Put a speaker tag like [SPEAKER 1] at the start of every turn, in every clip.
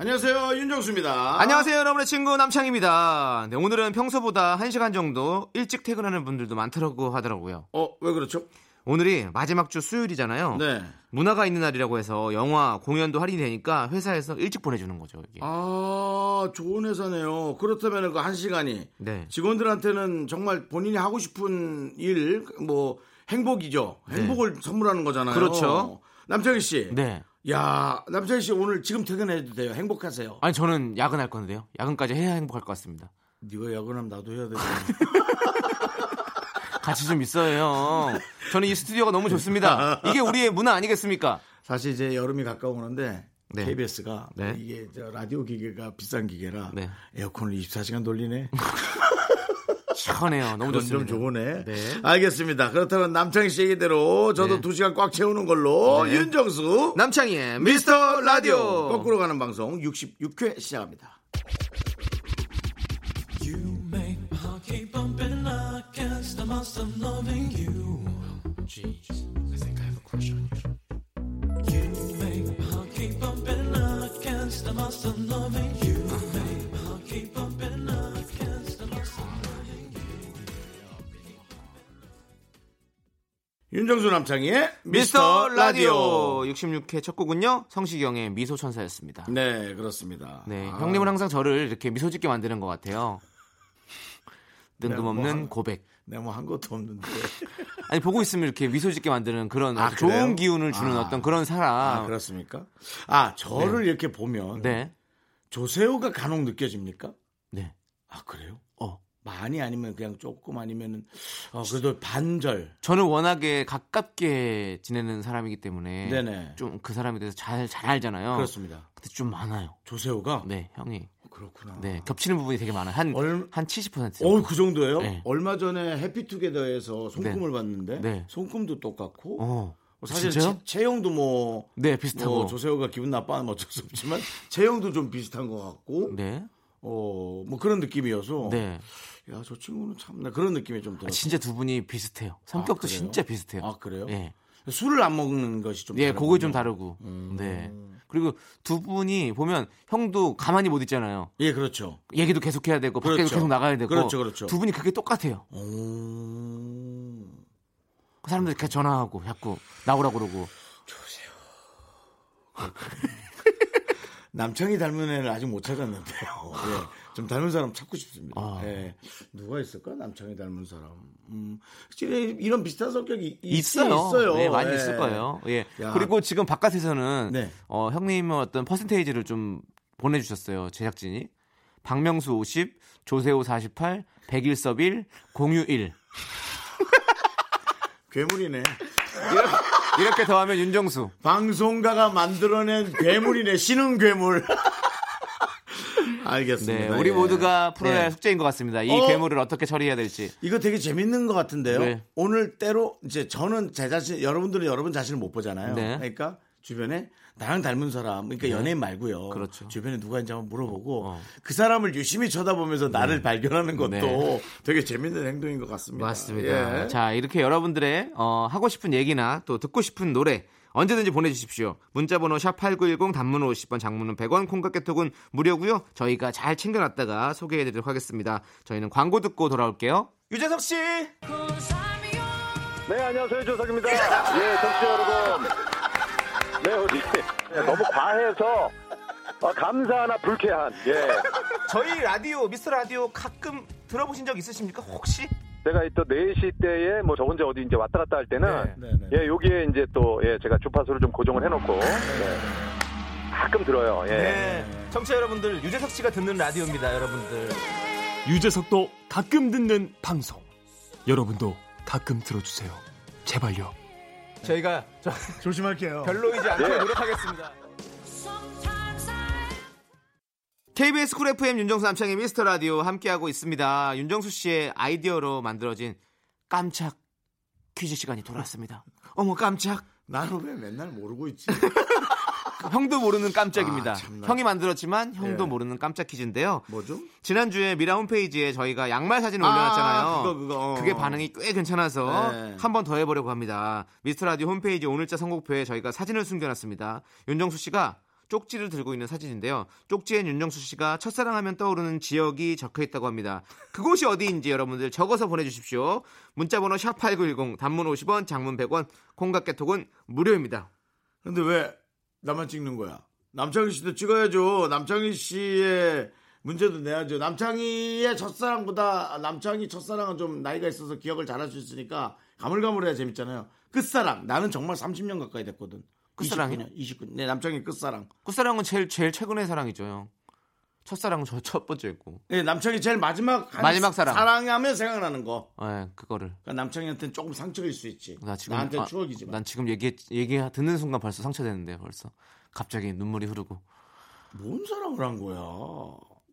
[SPEAKER 1] 안녕하세요 윤정수입니다.
[SPEAKER 2] 안녕하세요, 여러분의 친구 남창입니다. 네, 오늘은 평소보다 1시간 정도 일찍 퇴근하는 분들도 많더라고 하더라고요.
[SPEAKER 1] 어왜 그렇죠?
[SPEAKER 2] 오늘이 마지막 주 수요일이잖아요.
[SPEAKER 1] 네.
[SPEAKER 2] 문화가 있는 날이라고 해서 영화, 공연도 할인이 되니까 회사에서 일찍 보내주는 거죠. 이게.
[SPEAKER 1] 아 좋은 회사네요. 그렇다면 그 한 시간이
[SPEAKER 2] 네.
[SPEAKER 1] 직원들한테는 정말 본인이 하고 싶은 일 뭐 행복이죠. 행복을 선물하는 거잖아요.
[SPEAKER 2] 네. 그렇죠.
[SPEAKER 1] 남창희 씨.
[SPEAKER 2] 네.
[SPEAKER 1] 야 남창희 씨 오늘 지금 퇴근해도 돼요. 행복하세요.
[SPEAKER 2] 아니, 저는 야근할 건데요. 야근까지 해야 행복할 것 같습니다.
[SPEAKER 1] 네가 야근하면 나도 해야 되고.
[SPEAKER 2] 같이 좀 있어요. 저는 이 스튜디오가 너무 좋습니다. 이게 우리의 문화 아니겠습니까?
[SPEAKER 1] 사실 이제 여름이 가까우는데.
[SPEAKER 2] 네.
[SPEAKER 1] KBS가
[SPEAKER 2] 네.
[SPEAKER 1] 이게 저 라디오 기계가 비싼 기계라
[SPEAKER 2] 네.
[SPEAKER 1] 에어컨을 24시간 돌리네.
[SPEAKER 2] 시원해요. 너무
[SPEAKER 1] 그건 좀
[SPEAKER 2] 좋습니다.
[SPEAKER 1] 좋으네.
[SPEAKER 2] 네.
[SPEAKER 1] 알겠습니다. 그렇다면 남창희 씨 얘기대로 저도
[SPEAKER 2] 네.
[SPEAKER 1] 두 2시간 꽉 채우는 걸로 윤정수
[SPEAKER 2] 남창희의 미...
[SPEAKER 1] 미스터 라디오
[SPEAKER 2] 라디오.
[SPEAKER 1] 거꾸로 가는 방송 66회 시작합니다.
[SPEAKER 3] You make my heart keep bumping. I guess I must have loving you. Jeez, I think I have a crush on you. You make my heart keep bumping. I guess I must have loving you. Make my heart keep bumping. I guess I must have loving you.
[SPEAKER 1] 윤정수 남창희의
[SPEAKER 2] 미스터 라디오 66회 첫 곡은요. 성시경의 미소천사였습니다.
[SPEAKER 1] 네, 그렇습니다.
[SPEAKER 2] 네,
[SPEAKER 1] 아,
[SPEAKER 2] 형님은 항상 저를 이렇게 미소 짓게 만드는 것 같아요.
[SPEAKER 1] 네,
[SPEAKER 2] 뜬금없는
[SPEAKER 1] 뭐 한-
[SPEAKER 2] 고백.
[SPEAKER 1] 내가 뭐 한 것도 없는데.
[SPEAKER 2] 아니 보고 있으면 이렇게 미소 짓게 만드는 그런
[SPEAKER 1] 아,
[SPEAKER 2] 좋은
[SPEAKER 1] 그래요?
[SPEAKER 2] 기운을 주는
[SPEAKER 1] 아.
[SPEAKER 2] 어떤 그런 사람.
[SPEAKER 1] 아, 그렇습니까? 아, 저를 이렇게 보면
[SPEAKER 2] 네,
[SPEAKER 1] 조세호가 간혹 느껴집니까?
[SPEAKER 2] 네.
[SPEAKER 1] 아, 그래요?
[SPEAKER 2] 어,
[SPEAKER 1] 많이 아니면 그냥 조금 아니면은 어, 그래도 반절.
[SPEAKER 2] 저는 워낙에 가깝게 지내는 사람이기 때문에
[SPEAKER 1] 네네.
[SPEAKER 2] 좀 그 사람에 대해서 잘 잘 알잖아요.
[SPEAKER 1] 그렇습니다.
[SPEAKER 2] 근데 좀 많아요.
[SPEAKER 1] 조세호가
[SPEAKER 2] 어.
[SPEAKER 1] 어,
[SPEAKER 2] 네, 형이.
[SPEAKER 1] 그렇구나.
[SPEAKER 2] 네, 겹치는 부분이 되게 많아요. 한
[SPEAKER 1] 얼-
[SPEAKER 2] 한 70%.
[SPEAKER 1] 어, 그 정도예요?
[SPEAKER 2] 네.
[SPEAKER 1] 얼마 전에 해피투게더에서 손금을 봤는데
[SPEAKER 2] 네.
[SPEAKER 1] 손금도 똑같고 뭐
[SPEAKER 2] 어.
[SPEAKER 1] 사실
[SPEAKER 2] 진짜요?
[SPEAKER 1] 체- 체형도 뭐,
[SPEAKER 2] 네,
[SPEAKER 1] 뭐
[SPEAKER 2] 비슷하고.
[SPEAKER 1] 조세호가 기분 나빠하면 어쩔 수 없지만 체형도 좀 비슷한 것 같고
[SPEAKER 2] 네.
[SPEAKER 1] 어, 뭐 그런 느낌이어서
[SPEAKER 2] 네. 아,
[SPEAKER 1] 야, 저 친구는 참나 그런 느낌이 좀 들어요.
[SPEAKER 2] 진짜 두 분이 비슷해요. 성격도
[SPEAKER 1] 그래요?
[SPEAKER 2] 진짜 비슷해요.
[SPEAKER 1] 아, 그래요?
[SPEAKER 2] 예.
[SPEAKER 1] 술을 안 먹는 것이 좀
[SPEAKER 2] 예,
[SPEAKER 1] 다르군요. 음.
[SPEAKER 2] 그거 좀 다르고. 네. 그리고 두 분이 보면 형도 가만히 못 있잖아요.
[SPEAKER 1] 예, 그렇죠.
[SPEAKER 2] 얘기도 계속 해야 되고 밖에도
[SPEAKER 1] 그렇죠.
[SPEAKER 2] 계속 나가야 되고.
[SPEAKER 1] 그렇죠, 그렇죠.
[SPEAKER 2] 두 분이 그게 똑같아요.
[SPEAKER 1] 오.
[SPEAKER 2] 그 사람들 이렇게 전화하고 자꾸 나오라고 그러고.
[SPEAKER 1] 남창이 닮은 애를 아직 못 찾았는데요. 예, 좀 닮은 사람 찾고 싶습니다.
[SPEAKER 2] 아.
[SPEAKER 1] 예, 누가 있을까? 남창이 닮은 사람. 음, 확실히 이런 비슷한 성격이 있-
[SPEAKER 2] 있어요.
[SPEAKER 1] 있어요.
[SPEAKER 2] 네, 많이
[SPEAKER 1] 예.
[SPEAKER 2] 있을 거예요. 예.
[SPEAKER 1] 야.
[SPEAKER 2] 그리고 지금 바깥에서는
[SPEAKER 1] 네.
[SPEAKER 2] 어, 형님의 어떤 퍼센테이지를 좀 보내 주셨어요. 제작진이. 박명수 50, 조세호 48, 백일섭 1, 공유 1.
[SPEAKER 1] 괴물이네.
[SPEAKER 2] 이렇게 더하면 윤정수.
[SPEAKER 1] 방송가가 만들어낸 괴물이네. 신흥 괴물. 알겠습니다.
[SPEAKER 2] 네, 우리
[SPEAKER 1] 예.
[SPEAKER 2] 모두가 풀어야 할
[SPEAKER 1] 예.
[SPEAKER 2] 숙제인 것 같습니다. 이
[SPEAKER 1] 어?
[SPEAKER 2] 괴물을 어떻게 처리해야 될지.
[SPEAKER 1] 이거 되게 재밌는 것 같은데요.
[SPEAKER 2] 네.
[SPEAKER 1] 오늘 때로 이제 저는 제 자신, 여러분들은 여러분 자신을 못 보잖아요.
[SPEAKER 2] 네.
[SPEAKER 1] 그러니까 주변에 나랑 닮은 사람, 그러니까 연예인 말고요.
[SPEAKER 2] 그렇죠.
[SPEAKER 1] 주변에 누가 있는지 한번 물어보고
[SPEAKER 2] 어.
[SPEAKER 1] 그 사람을 유심히 쳐다보면서 나를 발견하는 것도
[SPEAKER 2] 네.
[SPEAKER 1] 되게 재밌는 행동인 것 같습니다.
[SPEAKER 2] 맞습니다.
[SPEAKER 1] 예.
[SPEAKER 2] 자, 이렇게 여러분들의 어, 하고 싶은 얘기나 또 듣고 싶은 노래 언제든지 보내주십시오. 문자번호 샵8910 단문 50번 장문은 100원 콩깍개톡은 무료고요. 저희가 잘 챙겨놨다가 소개해드리도록 하겠습니다. 저희는 광고 듣고 돌아올게요. 유재석 씨!
[SPEAKER 4] 네, 안녕하세요. 조석입니다. 예, 청취자 여러분. 네, 우리. 네, 너무 과해서, 아, 감사하나 불쾌한. 예.
[SPEAKER 2] 저희 라디오, 미스 라디오 가끔 들어보신 적 있으십니까? 혹시?
[SPEAKER 4] 제가 이또 4시 때에 뭐 저 혼자 어디 이제 왔다 갔다 할 때는,
[SPEAKER 1] 네, 네, 네.
[SPEAKER 4] 예, 여기에 이제 또, 예, 제가 주파수를 좀 고정을 해놓고, 예. 가끔 들어요. 예.
[SPEAKER 2] 네. 청취자 여러분들, 유재석 씨가 듣는 라디오입니다, 여러분들.
[SPEAKER 5] 유재석도 가끔 듣는 방송. 여러분도 가끔 들어주세요. 제발요.
[SPEAKER 2] 저희가
[SPEAKER 1] 조심할게요.
[SPEAKER 2] 별로이지 않게 노력하겠습니다. KBS 쿨 FM 윤정수 남창의 미스터 라디오 함께하고 있습니다. 윤정수 씨의 아이디어로 만들어진 깜짝 퀴즈 시간이 돌아왔습니다. 어머 깜짝
[SPEAKER 1] 나는 왜 맨날 모르고 있지?
[SPEAKER 2] 형도 모르는 깜짝입니다.
[SPEAKER 1] 아, 참나.
[SPEAKER 2] 형이 만들었지만 형도
[SPEAKER 1] 예.
[SPEAKER 2] 모르는 깜짝 퀴즈인데요.
[SPEAKER 1] 뭐죠?
[SPEAKER 2] 지난주에 미라 홈페이지에 저희가 양말 사진을
[SPEAKER 1] 아,
[SPEAKER 2] 올려놨잖아요.
[SPEAKER 1] 그거, 그거. 어.
[SPEAKER 2] 게 반응이 꽤 괜찮아서
[SPEAKER 1] 네.
[SPEAKER 2] 한 번 더 해보려고 합니다. 미스터 라디오 홈페이지 오늘자 선곡표에 저희가 사진을 숨겨놨습니다. 윤정수 씨가 쪽지를 들고 있는 사진인데요. 쪽지엔 윤정수 씨가 첫사랑하면 떠오르는 지역이 적혀 있다고 합니다. 그곳이 어디인지 여러분들 적어서 보내주십시오. 문자번호 샵8910 단문 50원, 장문 100원, 콩각개톡은 무료입니다.
[SPEAKER 1] 근데 왜 나만 찍는 거야? 남창희 씨도 찍어야죠. 남창희 씨의 문제도 내야죠. 남창희의 첫사랑보다 아, 남창희 첫사랑은 좀 나이가 있어서 기억을 잘 할 수 있으니까 가물가물해야 재밌잖아요. 끝사랑. 나는 정말 30년 가까이 됐거든.
[SPEAKER 2] 끝사랑이요?
[SPEAKER 1] 29년. 29년. 네, 남창희 끝사랑.
[SPEAKER 2] 끝사랑은 제일 제일 최근의 사랑이죠, 형. 첫사랑은 저 첫 번째였고.
[SPEAKER 1] 네, 남창희 제일 마지막 한
[SPEAKER 2] 마지막 사랑.
[SPEAKER 1] 사랑하면 생각나는 거.
[SPEAKER 2] 예, 그거를.
[SPEAKER 1] 그러니까 남창희한테는 조금 상처일 수 있지.
[SPEAKER 2] 나 지금
[SPEAKER 1] 나한테
[SPEAKER 2] 아,
[SPEAKER 1] 는 추억이지만.
[SPEAKER 2] 난 지금 얘기 얘기 듣는 순간 벌써 상처되는데 벌써 갑자기 눈물이 흐르고.
[SPEAKER 1] 뭔 사랑을 한 거야?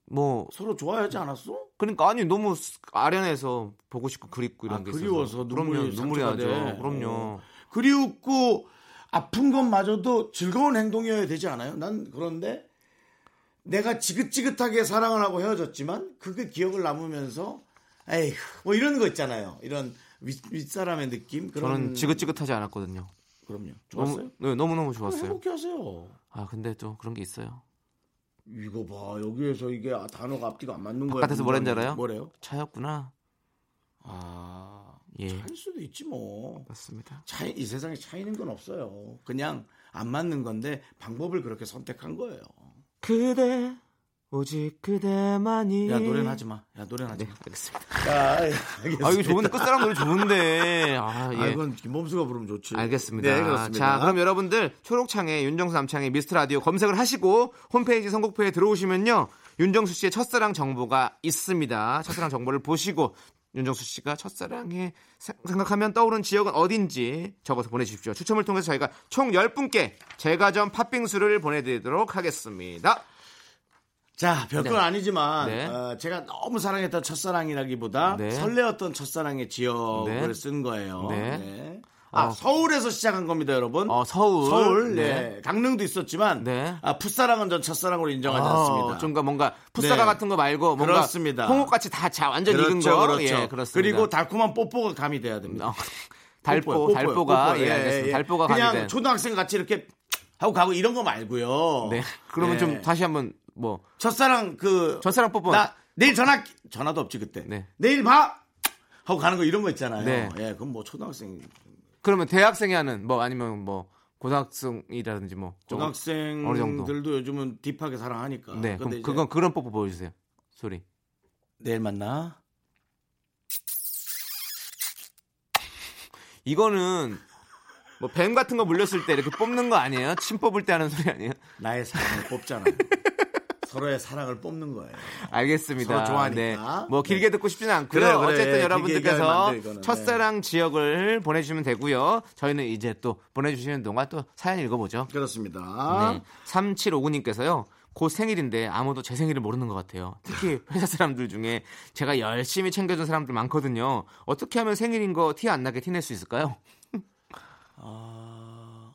[SPEAKER 2] 뭐
[SPEAKER 1] 서로 좋아하지 않았어?
[SPEAKER 2] 그러니까 아니 너무 스- 아련해서 보고 싶고 그립고 이런
[SPEAKER 1] 아,
[SPEAKER 2] 게
[SPEAKER 1] 그리워서
[SPEAKER 2] 있어서.
[SPEAKER 1] 눈물이
[SPEAKER 2] 그럼요, 눈물이
[SPEAKER 1] 상처가
[SPEAKER 2] 나죠.
[SPEAKER 1] 돼.
[SPEAKER 2] 그럼요.
[SPEAKER 1] 어. 그리웠고 아픈 것마저도 즐거운 행동이어야 되지 않아요? 난 그런데 내가 지긋지긋하게 사랑을 하고 헤어졌지만 그게 기억을 남으면서 에휴 뭐 이런 거 있잖아요. 이런 윗, 윗사람의 느낌 그런
[SPEAKER 2] 저는 지긋지긋하지 않았거든요.
[SPEAKER 1] 그럼요. 좋았어요?
[SPEAKER 2] 너무 네, 너무 너무 좋았어요.
[SPEAKER 1] 행복해하세요.
[SPEAKER 2] 아 근데 또 그런 게 있어요.
[SPEAKER 1] 이거 봐 여기에서 이게 단어가 앞뒤가 안 맞는 거야.
[SPEAKER 2] 바깥에서 뭐라 했는지 알아요?
[SPEAKER 1] 뭐래요?
[SPEAKER 2] 차였구나.
[SPEAKER 1] 아
[SPEAKER 2] 예.
[SPEAKER 1] 차일 수도 있지 뭐.
[SPEAKER 2] 맞습니다.
[SPEAKER 1] 차이 이 세상에 차이는 건 없어요. 그냥 안 맞는 건데 방법을 그렇게 선택한 거예요.
[SPEAKER 2] 그대 오직 그대만이.
[SPEAKER 1] 야 노래는 하지 마. 야 노래는 하지
[SPEAKER 2] 예. 네,
[SPEAKER 1] 마.
[SPEAKER 2] 알겠습니다.
[SPEAKER 1] 야,
[SPEAKER 2] 아 이거 좋은데 끝사랑 노래 좋은데. 아 예.
[SPEAKER 1] 이건 김범수가 부르면 좋지.
[SPEAKER 2] 알겠습니다.
[SPEAKER 1] 네, 그렇습니다.
[SPEAKER 2] 자, 그럼 여러분들 초록창에 윤정수 남창의 미스터 라디오 검색을 하시고 홈페이지 선곡표에 들어오시면요. 윤정수 씨의 첫사랑 정보가 있습니다. 첫사랑 정보를 보시고 윤정수 씨가 첫사랑에 세- 생각하면 떠오른 지역은 어딘지 적어서 보내주십시오. 추첨을 통해서 저희가 총 10분께 제과점 팥빙수를 보내드리도록 하겠습니다.
[SPEAKER 1] 자, 별건
[SPEAKER 2] 네.
[SPEAKER 1] 아니지만
[SPEAKER 2] 네.
[SPEAKER 1] 어, 제가 너무 사랑했던 첫사랑이라기보다
[SPEAKER 2] 네.
[SPEAKER 1] 설레었던 첫사랑의 지역을
[SPEAKER 2] 네.
[SPEAKER 1] 쓴 거예요.
[SPEAKER 2] 네.
[SPEAKER 1] 네. 아,
[SPEAKER 2] 어.
[SPEAKER 1] 서울에서 시작한 겁니다, 여러분.
[SPEAKER 2] 어, 서울.
[SPEAKER 1] 서울, 네. 강릉도 있었지만
[SPEAKER 2] 네.
[SPEAKER 1] 아, 풋사랑은 전 첫사랑으로 인정하지 않습니다.
[SPEAKER 2] 어, 좀가 뭔가 풋사가
[SPEAKER 1] 네.
[SPEAKER 2] 같은 거 말고 뭔가
[SPEAKER 1] 그렇습니다.
[SPEAKER 2] 홍옥같이 다 자, 완전 익은 거 예, 그렇습니다.
[SPEAKER 1] 그렇죠, 그리고 달콤한 뽀뽀가 감이 돼야 됩니다.
[SPEAKER 2] 어, 달뽀,
[SPEAKER 1] 뽀뽀요, 뽀뽀요,
[SPEAKER 2] 달뽀가
[SPEAKER 1] 뽀뽀요.
[SPEAKER 2] 예, 알겠습니다. 달뽀가
[SPEAKER 1] 그냥
[SPEAKER 2] 가미된.
[SPEAKER 1] 초등학생 같이 이렇게 하고 가고 이런 거 말고요.
[SPEAKER 2] 네. 그러면
[SPEAKER 1] 예.
[SPEAKER 2] 좀 다시 한번 뭐
[SPEAKER 1] 첫사랑 그
[SPEAKER 2] 첫사랑 뽀뽀.
[SPEAKER 1] 나 내일 전화 전화도 없지 그때.
[SPEAKER 2] 네.
[SPEAKER 1] 내일 봐 하고 가는 거 이런 거 있잖아요.
[SPEAKER 2] 네.
[SPEAKER 1] 예, 그건 뭐 초등학생
[SPEAKER 2] 그러면 대학생이 하는 뭐 아니면 뭐 고등학생이라든지 뭐 좀- 어느 정도.
[SPEAKER 1] 고등학생들도 요즘은 딥하게 사랑하니까. 근데
[SPEAKER 2] 네. 그럼
[SPEAKER 1] 아, 이제
[SPEAKER 2] 그건 그런 뽀뽀 보여 주세요. 소리.
[SPEAKER 1] 내일 만나.
[SPEAKER 2] 이거는 뭐 뱀 같은 거 물렸을 때 이렇게 뽑는 거 아니에요? 침 뽑을 때 하는 소리 아니에요?
[SPEAKER 1] 나의 사랑을 뽑잖아. 서로의 사랑을 뽑는 거예요. 서로
[SPEAKER 2] 알겠습니다.
[SPEAKER 1] 좋아하니까.
[SPEAKER 2] 뭐 길게
[SPEAKER 1] 네.
[SPEAKER 2] 듣고 싶지는 않고요.
[SPEAKER 1] 그래, 그래.
[SPEAKER 2] 어쨌든
[SPEAKER 1] 길게 얘기하면
[SPEAKER 2] 여러분들께서
[SPEAKER 1] 안 돼, 이거는. 네.
[SPEAKER 2] 첫사랑 지역을 보내주시면 되고요. 저희는 이제 또 보내주시는 동안 또 사연 읽어보죠.
[SPEAKER 1] 그렇습니다.
[SPEAKER 2] 네. 3759님께서요. 곧 생일인데 아무도 제 생일을 모르는 것 같아요. 특히 회사 사람들 중에 제가 열심히 챙겨준 사람들 많거든요. 어떻게 하면 생일인 거 티 안 나게 티낼 수 있을까요?
[SPEAKER 1] 어,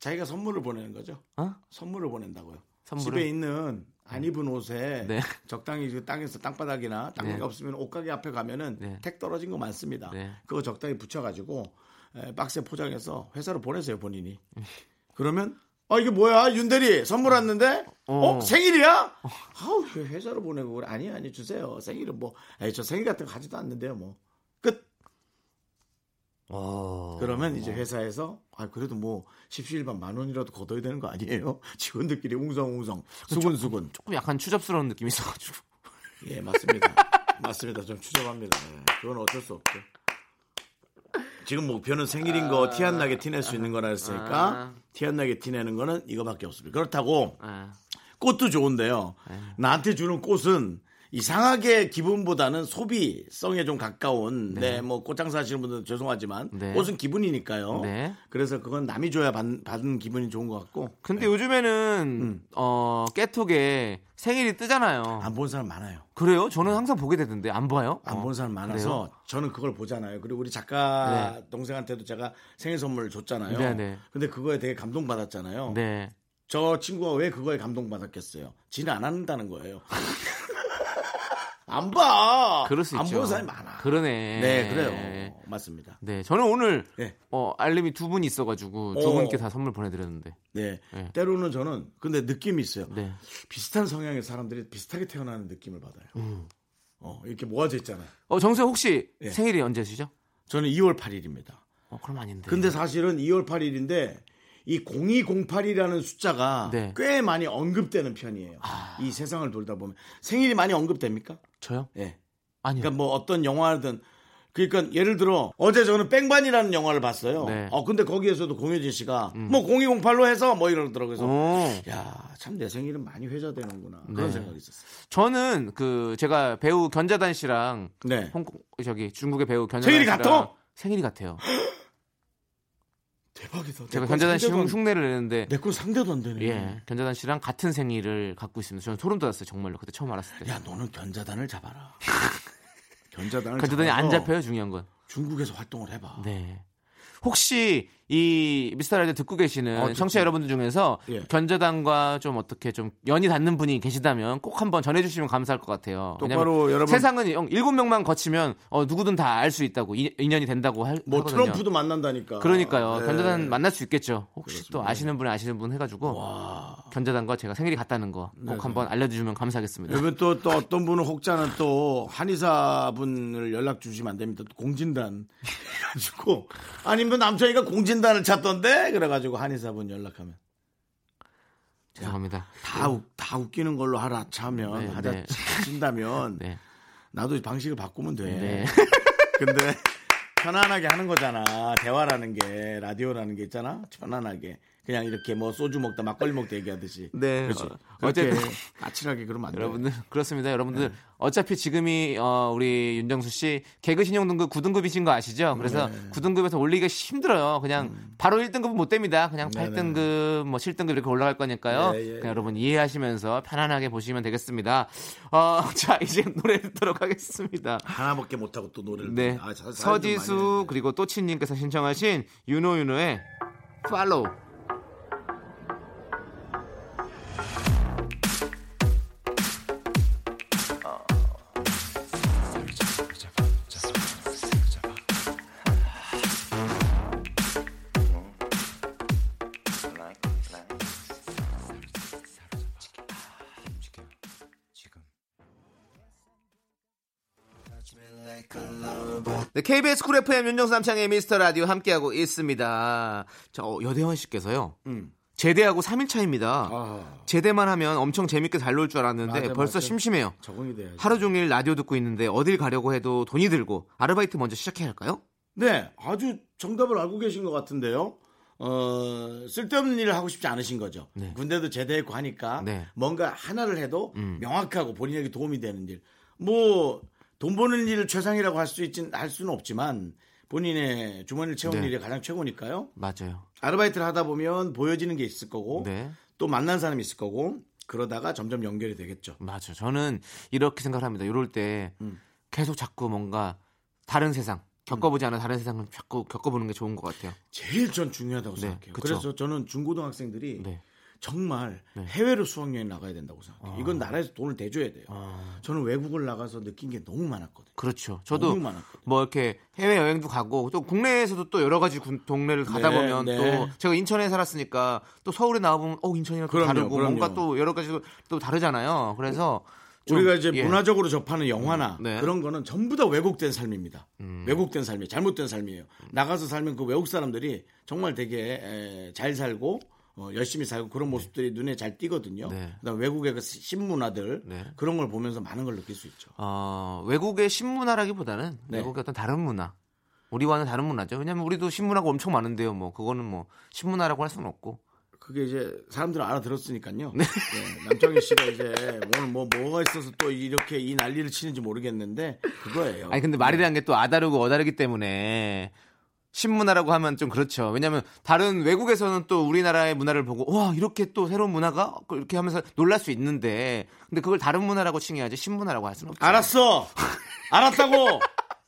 [SPEAKER 1] 자기가 선물을 보내는 거죠.
[SPEAKER 2] 어?
[SPEAKER 1] 선물을 보낸다고요.
[SPEAKER 2] 선물을?
[SPEAKER 1] 집에 있는 안 입은 옷에
[SPEAKER 2] 네.
[SPEAKER 1] 적당히 그 땅에서 땅바닥이나 땅바닥
[SPEAKER 2] 네.
[SPEAKER 1] 없으면 옷가게 앞에 가면은
[SPEAKER 2] 네.
[SPEAKER 1] 택 떨어진 거 많습니다.
[SPEAKER 2] 네.
[SPEAKER 1] 그거 적당히 붙여가지고 에, 박스에 포장해서 회사로 보내세요 본인이. 그러면 아 이게 뭐야 윤대리 선물 왔는데 어,
[SPEAKER 2] 어.
[SPEAKER 1] 생일이야? 아우 왜 회사로 보내고 그래 아니 아니 주세요 생일은 뭐저 생일 같은 거 가지도 않는데요 뭐 끝 그러면 이제 회사에서 아 그래도 뭐 십시일반 만 원이라도 걷어야 되는 거 아니에요? 직원들끼리 웅성웅성 수근수근
[SPEAKER 2] 조금 약간 추잡스러운 느낌이 있어가지고.
[SPEAKER 1] 예 맞습니다 맞습니다 좀 추접합니다 예, 그건 어쩔 수 없죠 지금 목표는 생일인 거 티 안 나게 티낼 수 있는 거라 했으니까
[SPEAKER 2] 아.
[SPEAKER 1] 티 안 나게 티내는 거는 이거밖에 없습니다 그렇다고
[SPEAKER 2] 아,
[SPEAKER 1] 꽃도 좋은데요 나한테 주는 꽃은 이상하게 기분보다는 소비성에 좀 가까운 네, 뭐 꽃장사 하시는 분들은 죄송하지만
[SPEAKER 2] 네.
[SPEAKER 1] 옷은 기분이니까요.
[SPEAKER 2] 네.
[SPEAKER 1] 그래서 그건 남이 줘야 받, 받은 기분이 좋은 것 같고
[SPEAKER 2] 근데 요즘에는
[SPEAKER 1] 음.
[SPEAKER 2] 어 깨톡에 생일이 뜨잖아요.
[SPEAKER 1] 안 본 사람 많아요.
[SPEAKER 2] 그래요? 저는 항상 보게 되던데 안 봐요?
[SPEAKER 1] 안 본
[SPEAKER 2] 어,
[SPEAKER 1] 사람 많아서
[SPEAKER 2] 그래요?
[SPEAKER 1] 저는 그걸 보잖아요. 그리고 우리 작가 동생한테도 제가 생일 선물을 줬잖아요.
[SPEAKER 2] 네, 네.
[SPEAKER 1] 근데 그거에 되게 감동받았잖아요.
[SPEAKER 2] 네.
[SPEAKER 1] 저 친구가 왜 그거에 감동받았겠어요? 지는 안 한다는 거예요. 안 봐.
[SPEAKER 2] 그럴 수
[SPEAKER 1] 아, 안
[SPEAKER 2] 있죠.
[SPEAKER 1] 보는 사람이 많아.
[SPEAKER 2] 그러네.
[SPEAKER 1] 네, 그래요. 맞습니다.
[SPEAKER 2] 네, 저는 오늘
[SPEAKER 1] 네.
[SPEAKER 2] 어, 알림이 두 분 있어가지고 두
[SPEAKER 1] 어.
[SPEAKER 2] 분께 다 선물 보내드렸는데.
[SPEAKER 1] 네.
[SPEAKER 2] 네.
[SPEAKER 1] 때로는 저는 근데 느낌이 있어요.
[SPEAKER 2] 네.
[SPEAKER 1] 비슷한 성향의 사람들이 비슷하게 태어나는 느낌을 받아요.
[SPEAKER 2] 음.
[SPEAKER 1] 어, 이렇게 모아져 있잖아요.
[SPEAKER 2] 어, 정수영 혹시
[SPEAKER 1] 예.
[SPEAKER 2] 생일이 언제시죠?
[SPEAKER 1] 저는 2월 8일입니다.
[SPEAKER 2] 어, 그럼 아닌데.
[SPEAKER 1] 근데 사실은 2월 8일인데 이 0208이라는 숫자가
[SPEAKER 2] 네. 아.
[SPEAKER 1] 꽤 많이 언급되는 편이에요. 이 세상을 돌다 보면 생일이 많이 언급됩니까?
[SPEAKER 2] 저요?
[SPEAKER 1] 예.
[SPEAKER 2] 아니요.
[SPEAKER 1] 그러니까 뭐 어떤 영화든 그러니까 예를 들어 어제 저는 뺑반이라는 영화를 봤어요.
[SPEAKER 2] 네. 음.
[SPEAKER 1] 어 근데 거기에서도 공효진 씨가 뭐 0208로 해서 뭐 이러더라고요. 그래서
[SPEAKER 2] 어.
[SPEAKER 1] 야 참 내 생일은 많이 회자되는구나
[SPEAKER 2] 네.
[SPEAKER 1] 그런 생각이 있었어요.
[SPEAKER 2] 저는 그 제가 배우 견자단 씨랑
[SPEAKER 1] 네.
[SPEAKER 2] 홍콩 저기 중국의 배우 견자단
[SPEAKER 1] 생일이
[SPEAKER 2] 씨랑
[SPEAKER 1] 같아?
[SPEAKER 2] 생일이 같아요.
[SPEAKER 1] 대박이다.
[SPEAKER 2] 제가 견자단 씨 흉- 흉내를 내는데
[SPEAKER 1] 내건 상대도 안 되네.
[SPEAKER 2] 예, 견자단 씨랑 같은 생일을 갖고 있습니다. 저는 소름 돋았어요, 정말로 그때 처음 알았을 때.
[SPEAKER 1] 야 너는 견자단을 잡아라. 견자단을
[SPEAKER 2] 견자단이 안
[SPEAKER 1] 잡아서
[SPEAKER 2] 잡혀요, 중요한 건.
[SPEAKER 1] 중국에서 활동을 해봐.
[SPEAKER 2] 네. 혹시 이 미스터 라디오 듣고 계시는
[SPEAKER 1] 어, 듣죠.
[SPEAKER 2] 청취자 여러분들 중에서
[SPEAKER 1] 예.
[SPEAKER 2] 견자단과 좀 어떻게 좀 연이 닿는 분이 계시다면 꼭 한번 전해주시면 감사할 것 같아요. 왜냐면
[SPEAKER 1] 똑바로 여러분
[SPEAKER 2] 세상은 형, 일곱 명만 거치면 어, 누구든 다 알 수 있다고 인, 인연이 된다고 할,
[SPEAKER 1] 뭐
[SPEAKER 2] 하거든요.
[SPEAKER 1] 트럼프도 만난다니까.
[SPEAKER 2] 그러니까요.
[SPEAKER 1] 네.
[SPEAKER 2] 견자단 만날 수 있겠죠. 혹시 또 아시는 분 아시는 분 해가지고 견자단과 제가 생일이 같다는 거
[SPEAKER 1] 네,
[SPEAKER 2] 꼭 한번 알려주시면 감사하겠습니다.
[SPEAKER 1] 여러분 또, 또 어떤 분은 혹자는 또 한의사분을 연락 주시면 안 됩니다. 또 공진단 해가지고 아니면 뭐 남편이가 공진단을 찾던데 그래가지고 한의사분 연락하면
[SPEAKER 2] 죄송합니다.
[SPEAKER 1] 다, 웃- 다 웃기는 걸로 하라 차면
[SPEAKER 2] 네,
[SPEAKER 1] 하다
[SPEAKER 2] 네.
[SPEAKER 1] 친다면
[SPEAKER 2] 네.
[SPEAKER 1] 나도 방식을 바꾸면 돼.
[SPEAKER 2] 네.
[SPEAKER 1] 근데 편안하게 하는 거잖아. 대화라는 게 라디오라는 게 있잖아. 편안하게 그냥 이렇게 뭐 소주 먹다 막걸리 먹다 얘기하듯이.
[SPEAKER 2] 네.
[SPEAKER 1] 그렇지.
[SPEAKER 2] 어,
[SPEAKER 1] 어쨌든
[SPEAKER 2] 어쨌든
[SPEAKER 1] 아찔하게 그러면 안 돼.
[SPEAKER 2] 여러분들 그렇습니다. 여러분들
[SPEAKER 1] 네.
[SPEAKER 2] 어차피 지금이 어, 우리 윤정수 씨 개그 신용 등급 9등급이신 거 아시죠? 그래서
[SPEAKER 1] 네.
[SPEAKER 2] 9등급에서 올리기가 힘들어요. 그냥 바로 1등급은 못 됩니다. 그냥
[SPEAKER 1] 음. 네,
[SPEAKER 2] 8등급, 뭐 7등급 이렇게 올라갈 거니까요.
[SPEAKER 1] 예, 예,
[SPEAKER 2] 그냥
[SPEAKER 1] 예.
[SPEAKER 2] 여러분 이해하시면서 편안하게 보시면 되겠습니다. 어, 자 이제 노래 듣도록 하겠습니다.
[SPEAKER 1] 하나밖에 못하고 또 노래를.
[SPEAKER 2] 네.
[SPEAKER 1] 아, 자- 사연 좀 많이
[SPEAKER 2] 서지수 그리고 또치님께서 신청하신 유노유노의 팔로우. 네, KBS 쿨 FM 윤정수 남창의 미스터 라디오 함께하고 있습니다. 자, 어, 여대원 씨께서요. 제대하고 3일 차입니다.
[SPEAKER 1] 음. 아.
[SPEAKER 2] 제대만 하면 엄청 재밌게 잘 놀 줄 알았는데
[SPEAKER 1] 맞아,
[SPEAKER 2] 벌써
[SPEAKER 1] 맞아.
[SPEAKER 2] 심심해요.
[SPEAKER 1] 적응이 돼야지.
[SPEAKER 2] 하루 종일 라디오 듣고 있는데 어딜 가려고 해도 돈이 들고 아르바이트 먼저 시작해야 할까요?
[SPEAKER 1] 네, 아주 정답을 알고 계신 것 같은데요. 어, 쓸데없는 일을 하고 싶지 않으신 거죠.
[SPEAKER 2] 네.
[SPEAKER 1] 군대도 제대했고 하니까
[SPEAKER 2] 네. 음.
[SPEAKER 1] 뭔가 하나를 해도 명확하고 본인에게 도움이 되는 일. 뭐, 돈 버는 일을 최상이라고 할 수 있진, 할 수는 없지만 본인의 주머니를 채우는
[SPEAKER 2] 네.
[SPEAKER 1] 일이 가장 최고니까요.
[SPEAKER 2] 맞아요.
[SPEAKER 1] 아르바이트를 하다 보면 보여지는 게 있을 거고
[SPEAKER 2] 네.
[SPEAKER 1] 또 만난 사람이 있을 거고 그러다가 점점 연결이 되겠죠.
[SPEAKER 2] 맞아요. 저는 이렇게 생각합니다. 이럴 때 계속 자꾸 뭔가 다른 세상 겪어보지 않은 다른 세상을 자꾸 겪어보는 게 좋은 것 같아요.
[SPEAKER 1] 제일 전 중요하다고
[SPEAKER 2] 네,
[SPEAKER 1] 생각해요.
[SPEAKER 2] 그쵸.
[SPEAKER 1] 그래서 저는 중고등학생들이
[SPEAKER 2] 네.
[SPEAKER 1] 정말 해외로 수학여행 나가야 된다고 생각해요. 이건
[SPEAKER 2] 아.
[SPEAKER 1] 나라에서 돈을 대줘야 돼요. 저는 외국을 나가서 느낀 게 너무 많았거든요.
[SPEAKER 2] 그렇죠. 저도
[SPEAKER 1] 너무 많았거든요.
[SPEAKER 2] 뭐 이렇게 해외 여행도 가고 또 국내에서도 또 여러 가지 군- 동네를 가다
[SPEAKER 1] 네,
[SPEAKER 2] 보면
[SPEAKER 1] 네.
[SPEAKER 2] 또 제가 인천에 살았으니까 또 서울에 나와보면 어 인천이랑 또
[SPEAKER 1] 그럼요,
[SPEAKER 2] 다르고
[SPEAKER 1] 그럼요.
[SPEAKER 2] 뭔가 또 여러 가지 또 다르잖아요. 그래서 좀,
[SPEAKER 1] 우리가 이제
[SPEAKER 2] 예.
[SPEAKER 1] 문화적으로 접하는 영화나
[SPEAKER 2] 음, 네. 음.
[SPEAKER 1] 그런 거는 전부 다 왜곡된 삶입니다. 왜곡된 삶이 에요 잘못된 삶이에요. 나가서 살면 그 외국 사람들이 정말 되게 에, 잘 살고 어, 열심히 살고 그런 모습들이 눈에 잘 띄거든요.
[SPEAKER 2] 네.
[SPEAKER 1] 그다음 외국의 그 시- 신문화들
[SPEAKER 2] 네.
[SPEAKER 1] 그런 걸 보면서 많은 걸 느낄 수 있죠.
[SPEAKER 2] 어, 외국의 신문화라기보다는
[SPEAKER 1] 네.
[SPEAKER 2] 외국의 어떤 다른 문화. 우리와는 다른 문화죠. 왜냐면 우리도 신문화가 엄청 많은데요. 뭐 그거는 뭐 신문화라고 할 수는 없고
[SPEAKER 1] 그게 이제 사람들은 알아들었으니까요. 네, 남창희 씨가 이제 오늘 뭐 뭐가 있어서 또 이렇게 이 난리를 치는지 모르겠는데 그거예요.
[SPEAKER 2] 아니 근데 말이라는 게 또 아다르고 어다르기 때문에 신문화라고 하면 좀 그렇죠. 왜냐하면 다른 외국에서는 또 우리나라의 문화를 보고 와 이렇게 또 새로운 문화가 이렇게 하면서 놀랄 수 있는데 근데 그걸 다른 문화라고 칭해야지 신문화라고 할 수는 없죠.
[SPEAKER 1] 알았어. 알았다고.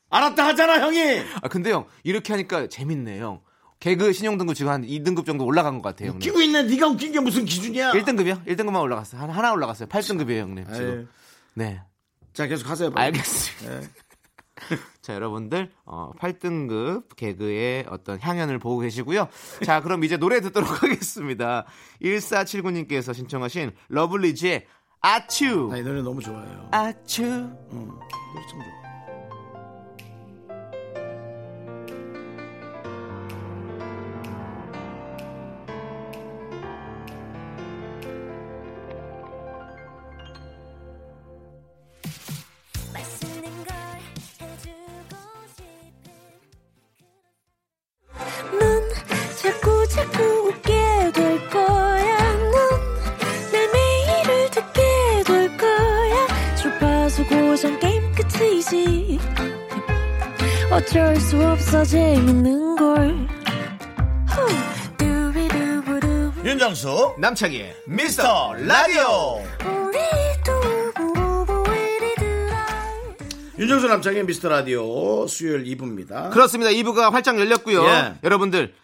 [SPEAKER 1] 알았다 하잖아 형이.
[SPEAKER 2] 아 근데 형 이렇게 하니까 재밌네 형. 개그 신용등급 지금 한 2등급 정도 올라간 것 같아요. 형님.
[SPEAKER 1] 웃기고 있네. 네가 웃긴 게 무슨 기준이야. 아,
[SPEAKER 2] 1등급이요? 1등급만 올라갔어요. 하나, 하나 올라갔어요. 8등급이에요, 형님. 지금. 네.
[SPEAKER 1] 예. 자 계속 하세요. 빨리.
[SPEAKER 2] 아,
[SPEAKER 1] 예.
[SPEAKER 2] 알겠습니다. 자, 여러분들, 어, 8등급 개그의 어떤 향연을 보고 계시고요. 자, 그럼 이제 노래 듣도록 하겠습니다. 1479님께서 신청하신 러블리즈의 아츄!
[SPEAKER 1] 나 이 노래 너무 좋아해요.
[SPEAKER 2] 아츄!
[SPEAKER 1] 음, 노래 참 좋아.
[SPEAKER 6] 맛있는 걸 해주고 싶은 넌 자꾸 자꾸 웃게 될 거야 넌내 매일을 듣게 될 거야 주파수 고정 게임 끝이지 어쩔 수 없어 재밌는 걸 후. 두비두부두.
[SPEAKER 1] 윤정수
[SPEAKER 2] 남창희의
[SPEAKER 1] 미스터 라디오.
[SPEAKER 6] 우리 두부부부 우리들아.
[SPEAKER 1] 윤정수 남창의 미스터 라디오 수요일 2부입니다.
[SPEAKER 2] 그렇습니다. 2부가 활짝 열렸고요.
[SPEAKER 1] 예.
[SPEAKER 2] 여러분들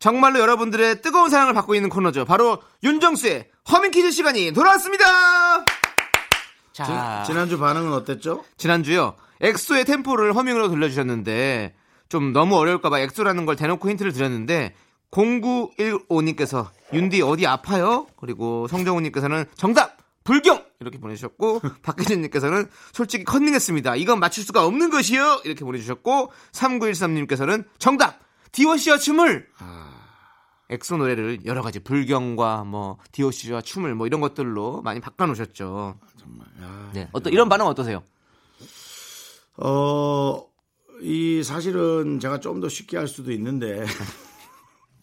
[SPEAKER 2] 정말로 여러분들의 뜨거운 사랑을 받고 있는 코너죠. 바로 윤정수의 허밍 퀴즈 시간이 돌아왔습니다. 자,
[SPEAKER 1] 지, 난주 반응은 어땠죠?
[SPEAKER 2] 지난, 주요 엑소의 템포를 허밍으로 돌려주셨는데 좀 너무 어려울까봐 엑소라는 걸 대놓고 힌트를 드렸는데 0915님께서 윤디 어디 아파요? 그리고 성정우님께서는 정답 불경 이렇게 보내주셨고 박혜진님께서는 솔직히 컨닝했습니다. 이건 맞출 수가 없는 것이요 이렇게 보내주셨고 3913님께서는 정답 디워시와 춤을 아, 엑소 노래를 여러 가지 불경과 뭐 디오씨와 춤을 뭐 이런 것들로 많이 바꿔놓으셨죠. 아, 정말. 네. 어떤 이런 반응 어떠세요?
[SPEAKER 1] 어, 이 사실은 제가 좀 더 쉽게 할 수도 있는데.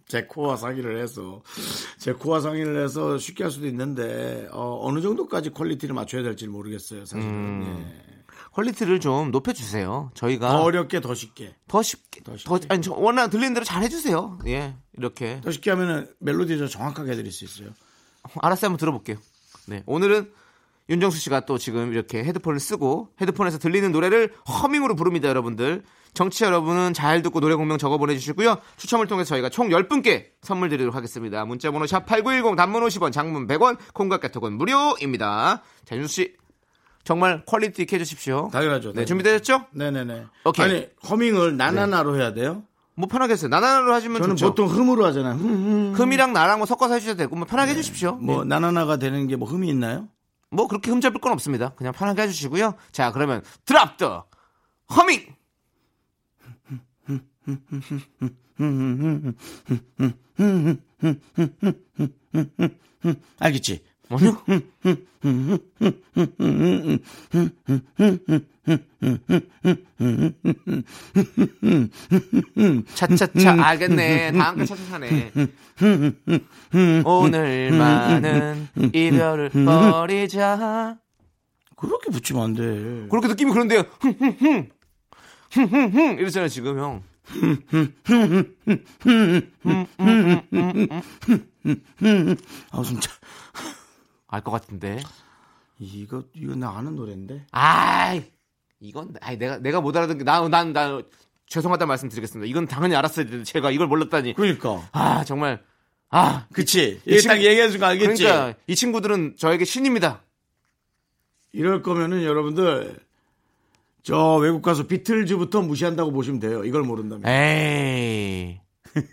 [SPEAKER 1] 제 코와 상의를 해서 제 코와 상의를 해서 쉽게 할 수도 있는데 어, 느 정도까지 퀄리티를 맞춰야 될지 는 모르겠어요 사실은
[SPEAKER 2] 음.
[SPEAKER 1] 예.
[SPEAKER 2] 퀄리티를 좀 높여주세요. 저희가
[SPEAKER 1] 더 아, 어렵게 더 쉽게
[SPEAKER 2] 더 쉽게
[SPEAKER 1] 더
[SPEAKER 2] 더,
[SPEAKER 1] 쉽게.
[SPEAKER 2] 아니 저 워낙 들리는 대로 잘 해주세요. 예 이렇게
[SPEAKER 1] 더 쉽게 하면은 멜로디 좀 정확하게 해드릴 수 있어요
[SPEAKER 2] 알았어요 한번 들어볼게요. 네 오늘은 윤정수 씨가 또 지금 이렇게 헤드폰을 쓰고 헤드폰에서 들리는 노래를 허밍으로 부릅니다 여러분들. 정치 여러분은 잘 듣고 노래 공명 적어 보내주시고요. 추첨을 통해서 저희가 총 10분께 선물 드리도록 하겠습니다. 문자번호 샵8910 단문 50원 장문 100원 콩각 개톡은 무료입니다. 자 윤수 씨 정말 퀄리티 있게 해주십시오.
[SPEAKER 1] 당연하죠 당연하죠.
[SPEAKER 2] 네 준비되셨죠?
[SPEAKER 1] 네네네
[SPEAKER 2] 오케이.
[SPEAKER 1] 아니 허밍을 나나나로 해야 돼요
[SPEAKER 2] 뭐 편하게 했어요. 나나나로 하시면
[SPEAKER 1] 저는 뭐
[SPEAKER 2] 좋죠.
[SPEAKER 1] 보통 흠으로 하잖아요 흠흠
[SPEAKER 2] 흠이랑 나랑 뭐 섞어서 해주셔도 되고 뭐 편하게 해주십시오.
[SPEAKER 1] 뭐 나나나가 되는 게 뭐 흠이 있나요
[SPEAKER 2] 뭐 그렇게 흠잡을 건 없습니다. 그냥 편하게 해주시고요. 자 그러면 드랍 더 허밍
[SPEAKER 1] 알겠지
[SPEAKER 2] 뭐요? 차차차 알겠네. 다음 거 차차차네. 오늘만은 이별을 버리자.
[SPEAKER 1] 그렇게 붙이면 안돼
[SPEAKER 2] 그렇게 느낌이 그런데요. 흥흥흥. 흥흥흥. 이러잖아요 지금 형.
[SPEAKER 1] 아 진짜
[SPEAKER 2] 알 것 같은데.
[SPEAKER 1] 이거 이거 나 아는 노래인데
[SPEAKER 2] 아이 이건 아이 내가 내가 못 알아듣는 게나난난 죄송하다 말씀드리겠습니다. 이건 당연히 알았어야 되는데 제가 이걸 몰랐다니.
[SPEAKER 1] 그러니까
[SPEAKER 2] 아 정말 아
[SPEAKER 1] 그치 이게 딱 얘기해 준거 알겠지
[SPEAKER 2] 그러니까 이 친구들은 저에게 신입니다.
[SPEAKER 1] 이럴 거면은 여러분들 저 외국 가수 비틀즈부터 무시한다고 보시면 돼요 이걸 모른다면
[SPEAKER 2] 에이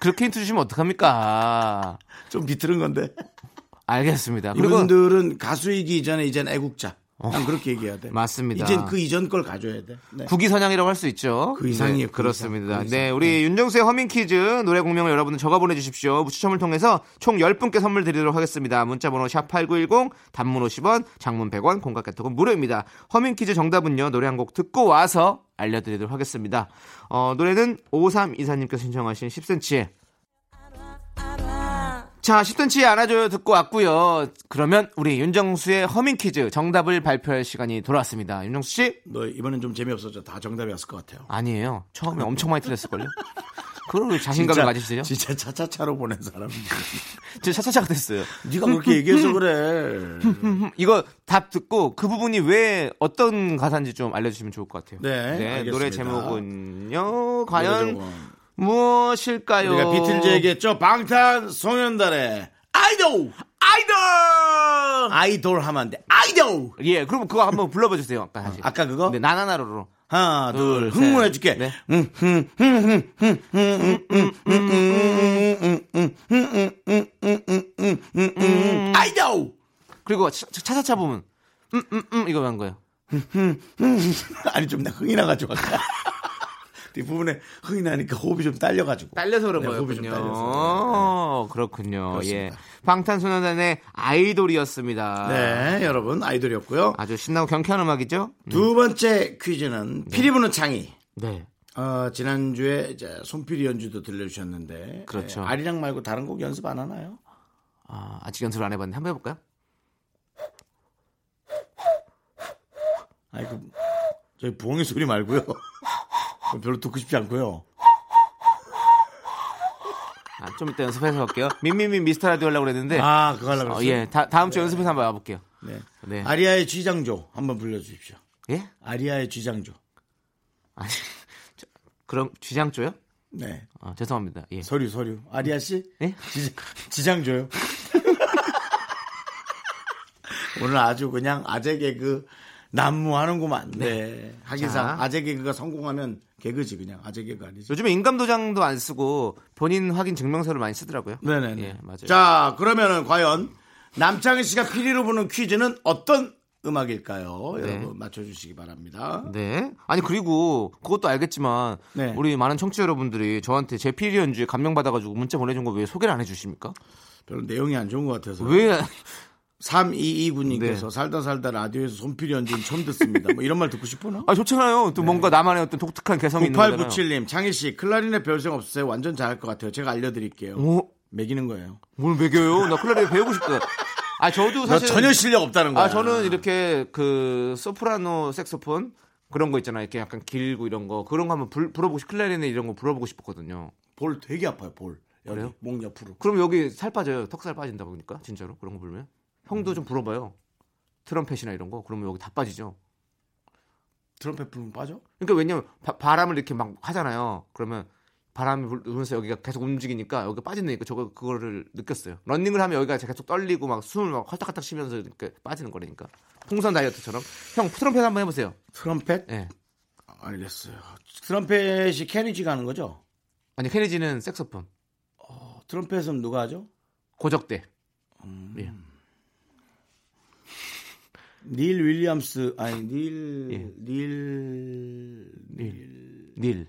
[SPEAKER 2] 그렇게 힌트 주시면 어떡합니까?
[SPEAKER 1] 좀 비틀은 건데
[SPEAKER 2] 알겠습니다. 그리고
[SPEAKER 1] 이분들은 가수이기 이전에 이젠 애국자 난 그렇게 얘기해야 돼
[SPEAKER 2] 맞습니다.
[SPEAKER 1] 이젠 그 이전 걸 가져야 돼 네.
[SPEAKER 2] 국위선양이라고 할 수 있죠.
[SPEAKER 1] 그 이상이에요,
[SPEAKER 2] 네,
[SPEAKER 1] 그
[SPEAKER 2] 그렇습니다.
[SPEAKER 1] 이상, 그
[SPEAKER 2] 네,
[SPEAKER 1] 이상.
[SPEAKER 2] 우리 윤정수의 허밍 퀴즈 노래 공명을 여러분들 적어 보내주십시오. 추첨을 통해서 총 10분께 선물 드리도록 하겠습니다. 문자번호 샵8910 단문 50원, 장문 100원, 공각 개톡은 무료입니다. 허밍 퀴즈 정답은요, 노래 한 곡 듣고 와서 알려드리도록 하겠습니다. 어, 노래는 5324님께서 신청하신 10cm의
[SPEAKER 6] 알아.
[SPEAKER 2] 자, 10cm 안아줘요 듣고 왔고요. 그러면 우리 윤정수의 허밍 퀴즈 정답을 발표할 시간이 돌아왔습니다. 윤정수 씨?
[SPEAKER 1] 너 이번엔 좀 재미없었죠? 다 정답이었을 것 같아요.
[SPEAKER 2] 아니에요. 처음에 엄청 많이 틀렸을걸요. 그걸 왜 자신감을 가지시죠?
[SPEAKER 1] 진짜 차차차로 보낸 사람.
[SPEAKER 2] 진짜 차차차가 됐어요.
[SPEAKER 1] 네가 그렇게 얘기해서 그래.
[SPEAKER 2] 음, 이거 답 듣고 그 부분이 왜 어떤 가사인지 좀 알려주시면 좋을 것 같아요.
[SPEAKER 1] 네, 알겠습니다. 네,
[SPEAKER 2] 노래 제목은요. 과연
[SPEAKER 1] 노래 제목은.
[SPEAKER 2] 무엇일까요?
[SPEAKER 1] 우리가 비틀즈 얘기했죠. 방탄 소년단의 아이돌! 아이돌! 아이돌 하면 안 돼. 아이돌!
[SPEAKER 2] 예, 그럼 그거 한번 불러봐 주세요. 아까 다시.
[SPEAKER 1] 아까 그거?
[SPEAKER 2] 네, 나나나로로.
[SPEAKER 1] 하나, 둘,
[SPEAKER 2] 둘,
[SPEAKER 1] 흥분해
[SPEAKER 2] 셋.
[SPEAKER 1] 줄게. 음,
[SPEAKER 2] 네.
[SPEAKER 1] 음, 아이돌!
[SPEAKER 2] 그리고 차- 차- 차차차 보면 음, 음, 음 이거 한 거예요.
[SPEAKER 1] 아니, 좀 나 흥이 나가지고 아까. 뒷부분에 흥이 나니까 호흡이 좀 딸려가지고.
[SPEAKER 2] 딸려서 그런
[SPEAKER 1] 네, 호흡이 좀
[SPEAKER 2] 거였군요.
[SPEAKER 1] 딸려서.
[SPEAKER 2] 어, 그렇군요. 예.
[SPEAKER 1] 네. 그렇습니다.
[SPEAKER 2] 방탄소년단의 아이돌이었습니다.
[SPEAKER 1] 네, 여러분, 아이돌이었고요. 네.
[SPEAKER 2] 아주 신나고 경쾌한 음악이죠?
[SPEAKER 1] 두 번째 퀴즈는 피리 부는 창이.
[SPEAKER 2] 네.
[SPEAKER 1] 어, 지난주에 이제 손필이 연주도 들려주셨는데.
[SPEAKER 2] 그렇죠.
[SPEAKER 1] 예, 아리랑 말고 다른 곡 연습 안 하나요?
[SPEAKER 2] 아, 아직 연습을 안 해봤는데 한번 해볼까요?
[SPEAKER 1] 아니, 그, 저희 부엉이 소리 말고요. 별로 듣고 싶지 않고요.
[SPEAKER 2] 아, 좀 이따 연습해서 할게요. 민민민 미스터 라디오 하려고 그랬는데.
[SPEAKER 1] 아, 그거 하려고
[SPEAKER 2] 어,
[SPEAKER 1] 그랬어요.
[SPEAKER 2] 예. 다, 다음 주 연습해서 한번 와볼게요.
[SPEAKER 1] 네.
[SPEAKER 2] 네.
[SPEAKER 1] 아리아의 쥐장조 한번 불러주십시오.
[SPEAKER 2] 예?
[SPEAKER 1] 아리아의 쥐장조.
[SPEAKER 2] 아니, 저- 그럼 쥐장조요?
[SPEAKER 1] 네.
[SPEAKER 2] 어, 죄송합니다. 예.
[SPEAKER 1] 서류, 서류. 아리아 씨?
[SPEAKER 2] 예?
[SPEAKER 1] 지, 장조요 오늘 아주 그냥 아재 개그 난무하는구만. 네. 하기상
[SPEAKER 2] 자.
[SPEAKER 1] 아재 개그가 성공하면 개그지 그냥 아재 개그 아니지.
[SPEAKER 2] 요즘에 인감도장도 안 쓰고 본인 확인 증명서를 많이 쓰더라고요.
[SPEAKER 1] 네네네.
[SPEAKER 2] 예, 맞아요.
[SPEAKER 1] 자, 그러면은 과연 남창희 씨가 피리로 부는 퀴즈는 어떤 음악일까요?
[SPEAKER 2] 네.
[SPEAKER 1] 여러분 맞춰주시기 바랍니다.
[SPEAKER 2] 네. 아니 그리고 그것도 알겠지만
[SPEAKER 1] 네.
[SPEAKER 2] 우리 많은 청취자 여러분들이 저한테 제 피리 연주에 감명받아가지고 문자 보내준 거 왜 소개를 안 해주십니까?
[SPEAKER 1] 별로 내용이 안 좋은 것 같아서.
[SPEAKER 2] 왜
[SPEAKER 1] 3229님께서
[SPEAKER 2] 네.
[SPEAKER 1] 살다 살다 라디오에서 손필이 연주는 처음 듣습니다. 뭐 이런 말 듣고 싶으나?
[SPEAKER 2] 아 좋잖아요.
[SPEAKER 1] 네.
[SPEAKER 2] 또 뭔가 나만의 어떤 독특한 개성이 있는 거잖아요.
[SPEAKER 1] 9897님, 창희 씨, 클라리넷 별생 없으세요? 완전 잘할 것 같아요. 제가 알려드릴게요.
[SPEAKER 2] 오,
[SPEAKER 1] 매기는 거예요.
[SPEAKER 2] 어? 뭘 매겨요? 나 클라리넷 배우고 싶다. 아 저도
[SPEAKER 1] 너
[SPEAKER 2] 사실
[SPEAKER 1] 전혀 실력 없다는 거야.
[SPEAKER 2] 아 저는 이렇게 그 소프라노 색소폰 그런 거 있잖아요. 이렇게 약간 길고 이런 거 그런 거 한번 불, 불어보고 싶 클라리넷 이런 거 불어보고 싶었거든요.
[SPEAKER 1] 볼 되게 아파요, 볼. 여기,
[SPEAKER 2] 그래요?
[SPEAKER 1] 목 옆으로.
[SPEAKER 2] 그럼 여기 살 빠져요. 턱살 빠진다 보니까 진짜로 그런 거 불면 형도 좀 불어봐요. 트럼펫이나 이런 거 그러면 여기 다 빠지죠.
[SPEAKER 1] 트럼펫 불면 빠져?
[SPEAKER 2] 그러니까 왜냐면 바, 바람을 이렇게 막 하잖아요. 그러면 바람이 불- 불면서 여기가 계속 움직이니까 여기가 빠진다니까 저거 그거를 느꼈어요. 런닝을 하면 여기가 계속 떨리고 막 숨을 막 헐떡헐떡 쉬면서 이렇게 빠지는 거라니까. 풍선 다이어트처럼. 형 트럼펫 한번 해보세요.
[SPEAKER 1] 트럼펫?
[SPEAKER 2] 예.
[SPEAKER 1] 알겠어요. 트럼펫이 캐리지가 하는 거죠?
[SPEAKER 2] 아니 케리지는 색소폰
[SPEAKER 1] 어, 트럼펫은 누가 하죠?
[SPEAKER 2] 고적대.
[SPEAKER 1] 음.
[SPEAKER 2] 예.
[SPEAKER 1] 닐 윌리엄스, 아니, 닐,
[SPEAKER 2] 예.
[SPEAKER 1] 닐, 닐.
[SPEAKER 2] 닐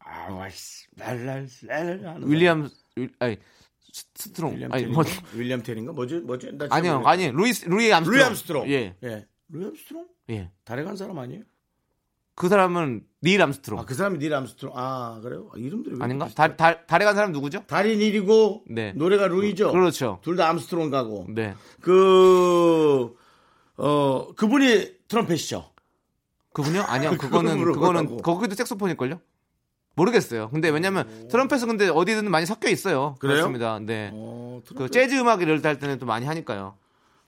[SPEAKER 1] 아와씨, 날랄, 날랄 하는
[SPEAKER 2] 윌리엄 윌- 아니 스-
[SPEAKER 1] 사람.
[SPEAKER 2] 스트롱
[SPEAKER 1] 윌리엄
[SPEAKER 2] 아니
[SPEAKER 1] 테린가?
[SPEAKER 2] 뭐
[SPEAKER 1] 윌리엄 테린가? 뭐지? 뭐지? 나 지금
[SPEAKER 2] 아니요
[SPEAKER 1] 모르겠어.
[SPEAKER 2] 아니 루이스 루이 암스트롱.
[SPEAKER 1] 루이 암스트롱.
[SPEAKER 2] 예.
[SPEAKER 1] 예. 루이 암스트롱?
[SPEAKER 2] 예.
[SPEAKER 1] 달에 간 사람 아니에요?
[SPEAKER 2] 그 사람은 닐 암스트롱.
[SPEAKER 1] 아, 그 사람이 닐 암스트롱. 아, 그래요? 아, 이름들이 왜
[SPEAKER 2] 아닌가?
[SPEAKER 1] 이렇게
[SPEAKER 2] 달, 달, 달에 간 사람 누구죠?
[SPEAKER 1] 달이 닐이고
[SPEAKER 2] 네.
[SPEAKER 1] 노래가 루이죠.
[SPEAKER 2] 그렇죠.
[SPEAKER 1] 둘 다 암스트롱 가고.
[SPEAKER 2] 네.
[SPEAKER 1] 그 어, 그분이 트럼펫이죠.
[SPEAKER 2] 그분요? 아니요.
[SPEAKER 1] 그거는
[SPEAKER 2] 그거는
[SPEAKER 1] 물어보라고.
[SPEAKER 2] 그거는 거기도 색소폰일걸요? 모르겠어요. 근데 왜냐면 트럼펫은 근데 어디든 많이 섞여 있어요.
[SPEAKER 1] 그래요?
[SPEAKER 2] 렇습니다 네.
[SPEAKER 1] 어,
[SPEAKER 2] 그
[SPEAKER 1] 트럼펫.
[SPEAKER 2] 재즈 음악 이럴 때 할 때는 또 많이 하니까요.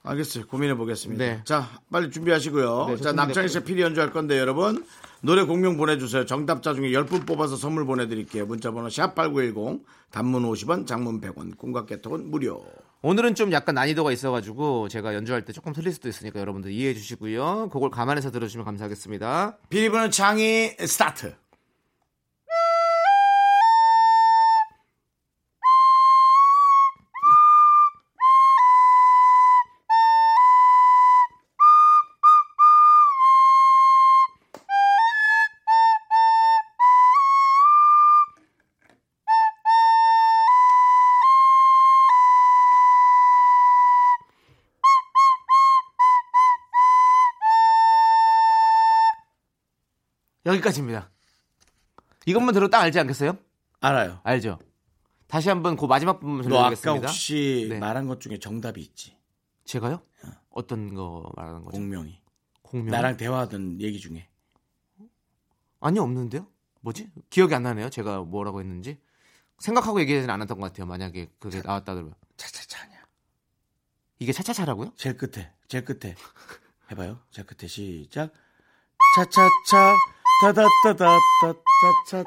[SPEAKER 1] 알겠어요. 고민해 보겠습니다.
[SPEAKER 2] 네.
[SPEAKER 1] 자, 빨리 준비하시고요.
[SPEAKER 2] 네,
[SPEAKER 1] 자, 남창희 씨 피리 연주할 건데 여러분 노래 공명 보내주세요. 정답자 중에 10분 뽑아서 선물 보내드릴게요. 문자번호 샵8910 단문 50원 장문 100원 공각개통은 무료.
[SPEAKER 2] 오늘은 좀 약간 난이도가 있어가지고 제가 연주할 때 조금 틀릴 수도 있으니까 여러분들 이해해 주시고요. 그걸 감안해서 들어주시면 감사하겠습니다.
[SPEAKER 1] 비리부는 창이 스타트.
[SPEAKER 2] 여기까지입니다. 이것만 들어도 딱 알지 않겠어요?
[SPEAKER 1] 알아요.
[SPEAKER 2] 알죠? 다시 한번 그 마지막 부분
[SPEAKER 1] 너 아까
[SPEAKER 2] 전해드리겠습니다.
[SPEAKER 1] 혹시
[SPEAKER 2] 네.
[SPEAKER 1] 말한 것 중에 정답이 있지?
[SPEAKER 2] 제가요? 어떤 거 말하는 거죠?
[SPEAKER 1] 공명이.
[SPEAKER 2] 공명.
[SPEAKER 1] 나랑 대화하던 얘기 중에.
[SPEAKER 2] 아니 없는데요? 뭐지? 기억이 안 나네요. 제가 뭐라고 했는지 생각하고 얘기는 안 했던 것 같아요. 만약에 그게 나왔다 그러면
[SPEAKER 1] 차차차 아니야.
[SPEAKER 2] 이게 차차차라고요?
[SPEAKER 1] 제일 끝에. 제일 끝에. 해봐요. 제일 끝에 시작. 차차차. 다다다다다. 차차차.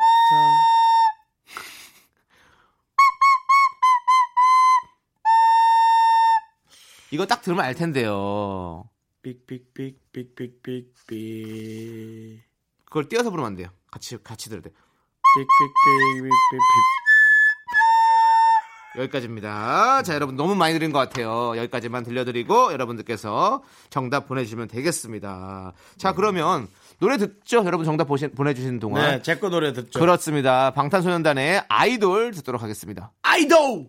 [SPEAKER 2] 이거 딱 들으면 알 텐데요.
[SPEAKER 1] 삑삑삑삑삑삑삑.
[SPEAKER 2] 그걸 띄어서 부르면 안 돼요. 같이 같이 들을 때
[SPEAKER 1] 삑삑삑삑삑삑.
[SPEAKER 2] 여기까지입니다. 자 여러분 너무 많이 들은 것 같아요. 여기까지만 들려드리고 여러분들께서 정답 보내주시면 되겠습니다. 자 그러면 노래 듣죠. 여러분 정답 보시, 보내주시는 동안
[SPEAKER 1] 네, 제 거 노래 듣죠.
[SPEAKER 2] 그렇습니다. 방탄소년단의 아이돌 듣도록 하겠습니다.
[SPEAKER 1] 아이돌.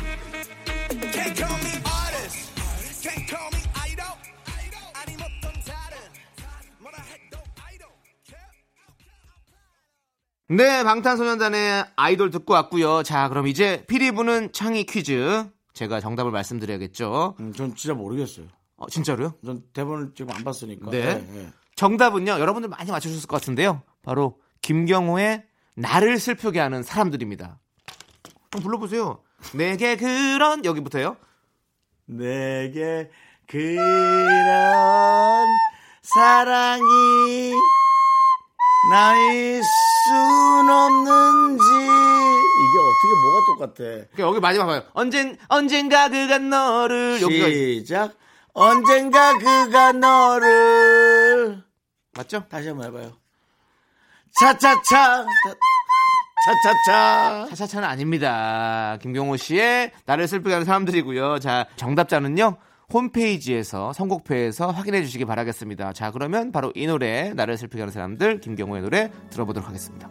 [SPEAKER 7] Can't call me artist. Can't call me idol. 아니 못한 다른 뭐라 해도 idol.
[SPEAKER 2] 네, 방탄소년단의 아이돌 듣고 왔고요. 자, 그럼 이제 피리부는 창의 퀴즈. 제가 정답을 말씀드려야겠죠.
[SPEAKER 1] 음, 전 진짜 모르겠어요.
[SPEAKER 2] 어, 진짜로요?
[SPEAKER 1] 전 대본을 지금 안 봤으니까.
[SPEAKER 2] 네.
[SPEAKER 1] 예, 예.
[SPEAKER 2] 정답은요. 여러분들 많이 맞춰주셨을 것 같은데요. 바로 김경호의 나를 슬프게 하는 사람들입니다. 한번 불러보세요. 내게 그런 여기부터요.
[SPEAKER 1] 내게 그런 사랑이 나일 순 없는지 이게 어떻게 뭐가 똑같아?
[SPEAKER 2] 그러니까 여기 마지막 봐요. 언젠 언젠가 그가 너를 여기가 있-
[SPEAKER 1] 시작. 언젠가 그가 너를
[SPEAKER 2] 맞죠?
[SPEAKER 1] 다시 한번 해봐요. 차차차 차차차
[SPEAKER 2] 차차차는 아닙니다. 김경호 씨의 나를 슬프게 하는 사람들이고요. 자, 정답자는요. 홈페이지에서 선곡표에서 확인해 주시기 바라겠습니다. 자, 그러면 바로 이 노래 나를 슬프게 하는 사람들 김경호의 노래 들어보도록 하겠습니다.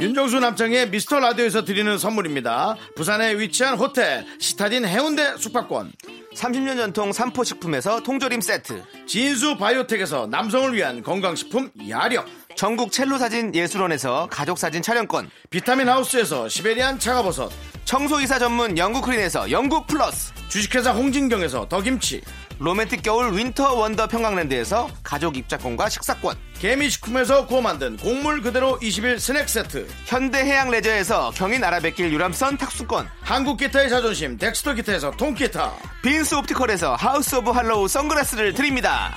[SPEAKER 1] 윤정수 남창의 미스터 라디오에서 드리는 선물입니다. 부산에 위치한 호텔 시타딘 해운대 숙박권
[SPEAKER 2] 30년 전통 삼포식품에서 통조림 세트
[SPEAKER 1] 진수 바이오텍에서 남성을 위한 건강식품 야력
[SPEAKER 2] 전국 첼로 사진 예술원에서 가족 사진 촬영권
[SPEAKER 1] 비타민 하우스에서 시베리안 차가버섯
[SPEAKER 2] 청소이사 전문 영국 크린에서 영국 플러스
[SPEAKER 1] 주식회사 홍진경에서 더김치
[SPEAKER 2] 로맨틱 겨울 윈터 원더 평강랜드에서 가족 입자권과 식사권
[SPEAKER 1] 개미식품에서 구워 만든 곡물 그대로 21 스낵세트
[SPEAKER 2] 현대해양레저에서 경인아라뱃길 유람선 탁수권
[SPEAKER 1] 한국기타의 자존심 덱스터기타에서 통기타
[SPEAKER 2] 빈스 옵티컬에서 하우스 오브 할로우 선글라스를 드립니다.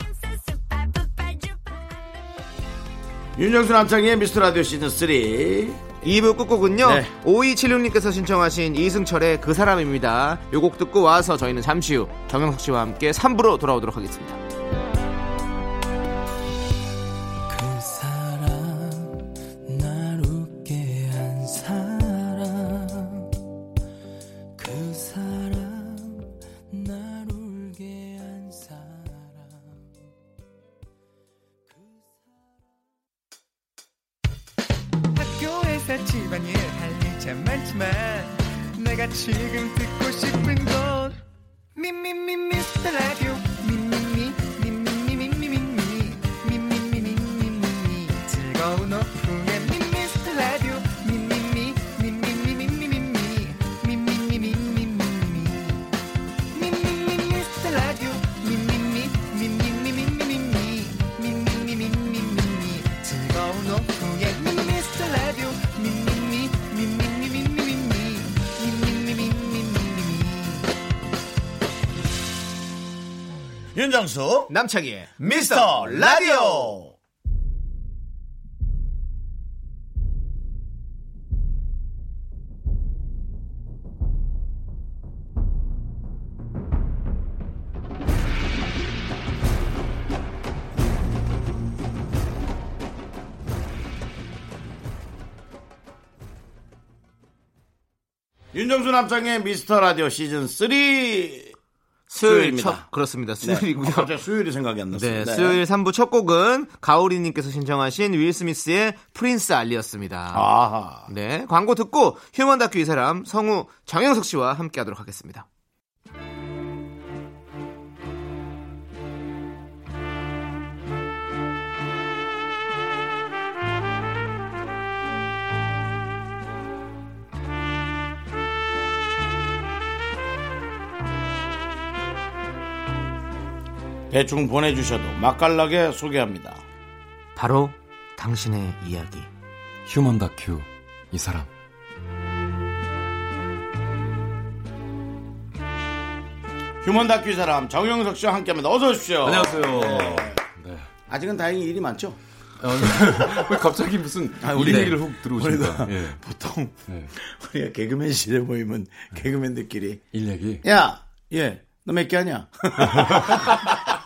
[SPEAKER 1] 윤정수 남창의 미스터 라디오 시즌 3
[SPEAKER 2] 2부 끝곡은요.
[SPEAKER 1] 네.
[SPEAKER 2] 5276님께서 신청하신 이승철의 그 사람입니다. 요 곡 듣고 와서 저희는 잠시 후 정영석 씨와 함께 3부로 돌아오도록 하겠습니다.
[SPEAKER 3] 그 사람 날 웃게 한 사람 그 사람 날 울게 한 사람
[SPEAKER 8] 학교에서 집안일 할 일 참 많지만 내가 지금 듣고 싶은 건 미미미 미스터 라디오 미미미 미미미미미미 미미미미미미 즐거운 오후에 미스터 라디오 미미미 미미미미미미 미미미미미미미 미미미 미스터 라디오 미미미 미미미미미미 미미미미미미 즐거운 오후에 미스터 라디오 미미미 미미미미미미 미미미미미미
[SPEAKER 1] 윤정수
[SPEAKER 2] 남창희의
[SPEAKER 1] 미스터 라디오 윤정수 남창의 미스터 라디오 시즌 3
[SPEAKER 2] 수요일
[SPEAKER 1] 수요일입니다.
[SPEAKER 2] 첫 그렇습니다.
[SPEAKER 1] 네.
[SPEAKER 2] 수요일이고요.
[SPEAKER 1] 아, 갑자기 수요일이 생각이 안
[SPEAKER 2] 네,
[SPEAKER 1] 났어요.
[SPEAKER 2] 수요일 3부 첫 곡은 가오리님께서 신청하신 윌 스미스의 프린스 알리였습니다.
[SPEAKER 1] 아하.
[SPEAKER 2] 네, 광고 듣고 휴먼 다큐 이 사람 성우 정영석 씨와 함께 하도록 하겠습니다.
[SPEAKER 1] 대충 보내주셔도 맛깔나게 소개합니다.
[SPEAKER 2] 바로 당신의 이야기.
[SPEAKER 5] 휴먼 다큐 이 사람
[SPEAKER 1] 휴먼 다큐 이 사람 정영석 씨와 함께합니다. 어서 오십시오.
[SPEAKER 5] 안녕하세요. 네. 어,
[SPEAKER 1] 아직은 다행히 일이 많죠?
[SPEAKER 5] 왜 갑자기 무슨
[SPEAKER 1] 아, 우리-
[SPEAKER 5] 우리 얘기를 훅 들어오십니까?
[SPEAKER 1] 우리가
[SPEAKER 5] 예.
[SPEAKER 1] 보통
[SPEAKER 5] 네.
[SPEAKER 1] 우리가 개그맨 시대 모이면 개그맨들끼리
[SPEAKER 5] 일 얘기.
[SPEAKER 1] 야, 예, 너 몇 개 하냐?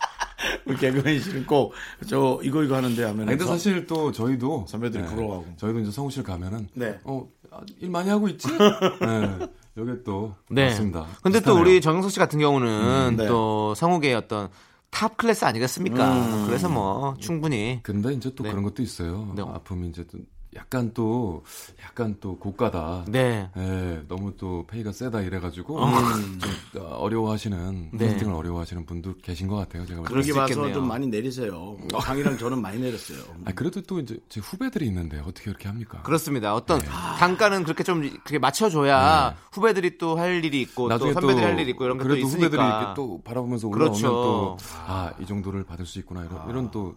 [SPEAKER 1] 우리 개그맨 씨는 꼭저 이거 이거 하는데 하면
[SPEAKER 5] 아니, 네, 근데 사실 또 저희도 네,
[SPEAKER 1] 선배들이 부러워하고.
[SPEAKER 5] 저희도 이제 성우실 가면은
[SPEAKER 1] 네.
[SPEAKER 5] 어일 많이 하고 있지? 네. 여기 또 맞습니다.
[SPEAKER 2] 근데 또
[SPEAKER 5] 비슷하네요.
[SPEAKER 2] 우리 정영석 씨 같은 경우는
[SPEAKER 1] 네.
[SPEAKER 2] 또 성우계의 어떤 탑 클래스 아니겠습니까? 그래서 뭐 충분히
[SPEAKER 5] 근데 이제 또 그런 것도 있어요.
[SPEAKER 2] 네.
[SPEAKER 5] 아픔이 이제 또 약간 또 약간 또 고가다.
[SPEAKER 2] 네.
[SPEAKER 5] 예, 너무 또 페이가 세다 이래가지고
[SPEAKER 1] 어.
[SPEAKER 5] 좀 어, 어려워하시는
[SPEAKER 2] 네.
[SPEAKER 5] 캐스팅을 어려워하신 분도 계신 것 같아요. 제가 볼
[SPEAKER 1] 그러기
[SPEAKER 2] 그럴 수
[SPEAKER 1] 봐서
[SPEAKER 2] 있겠네요.
[SPEAKER 1] 좀 많이 내리세요. 강이랑 저는 많이 내렸어요.
[SPEAKER 5] 아, 그래도 또 이제 제 후배들이 있는데 어떻게 이렇게 합니까?
[SPEAKER 2] 그렇습니다. 어떤 단가는 그렇게 좀 그렇게 맞춰줘야 후배들이 또 할 일이 있고 네. 또 선배들이 할 일이 있고 이런 것도
[SPEAKER 5] 그래도
[SPEAKER 2] 있으니까.
[SPEAKER 5] 후배들이 이렇게 또 바라보면서 올라오면
[SPEAKER 2] 그렇죠. 아.
[SPEAKER 5] 또아이 정도를 받을 수 있구나 이런 이런 또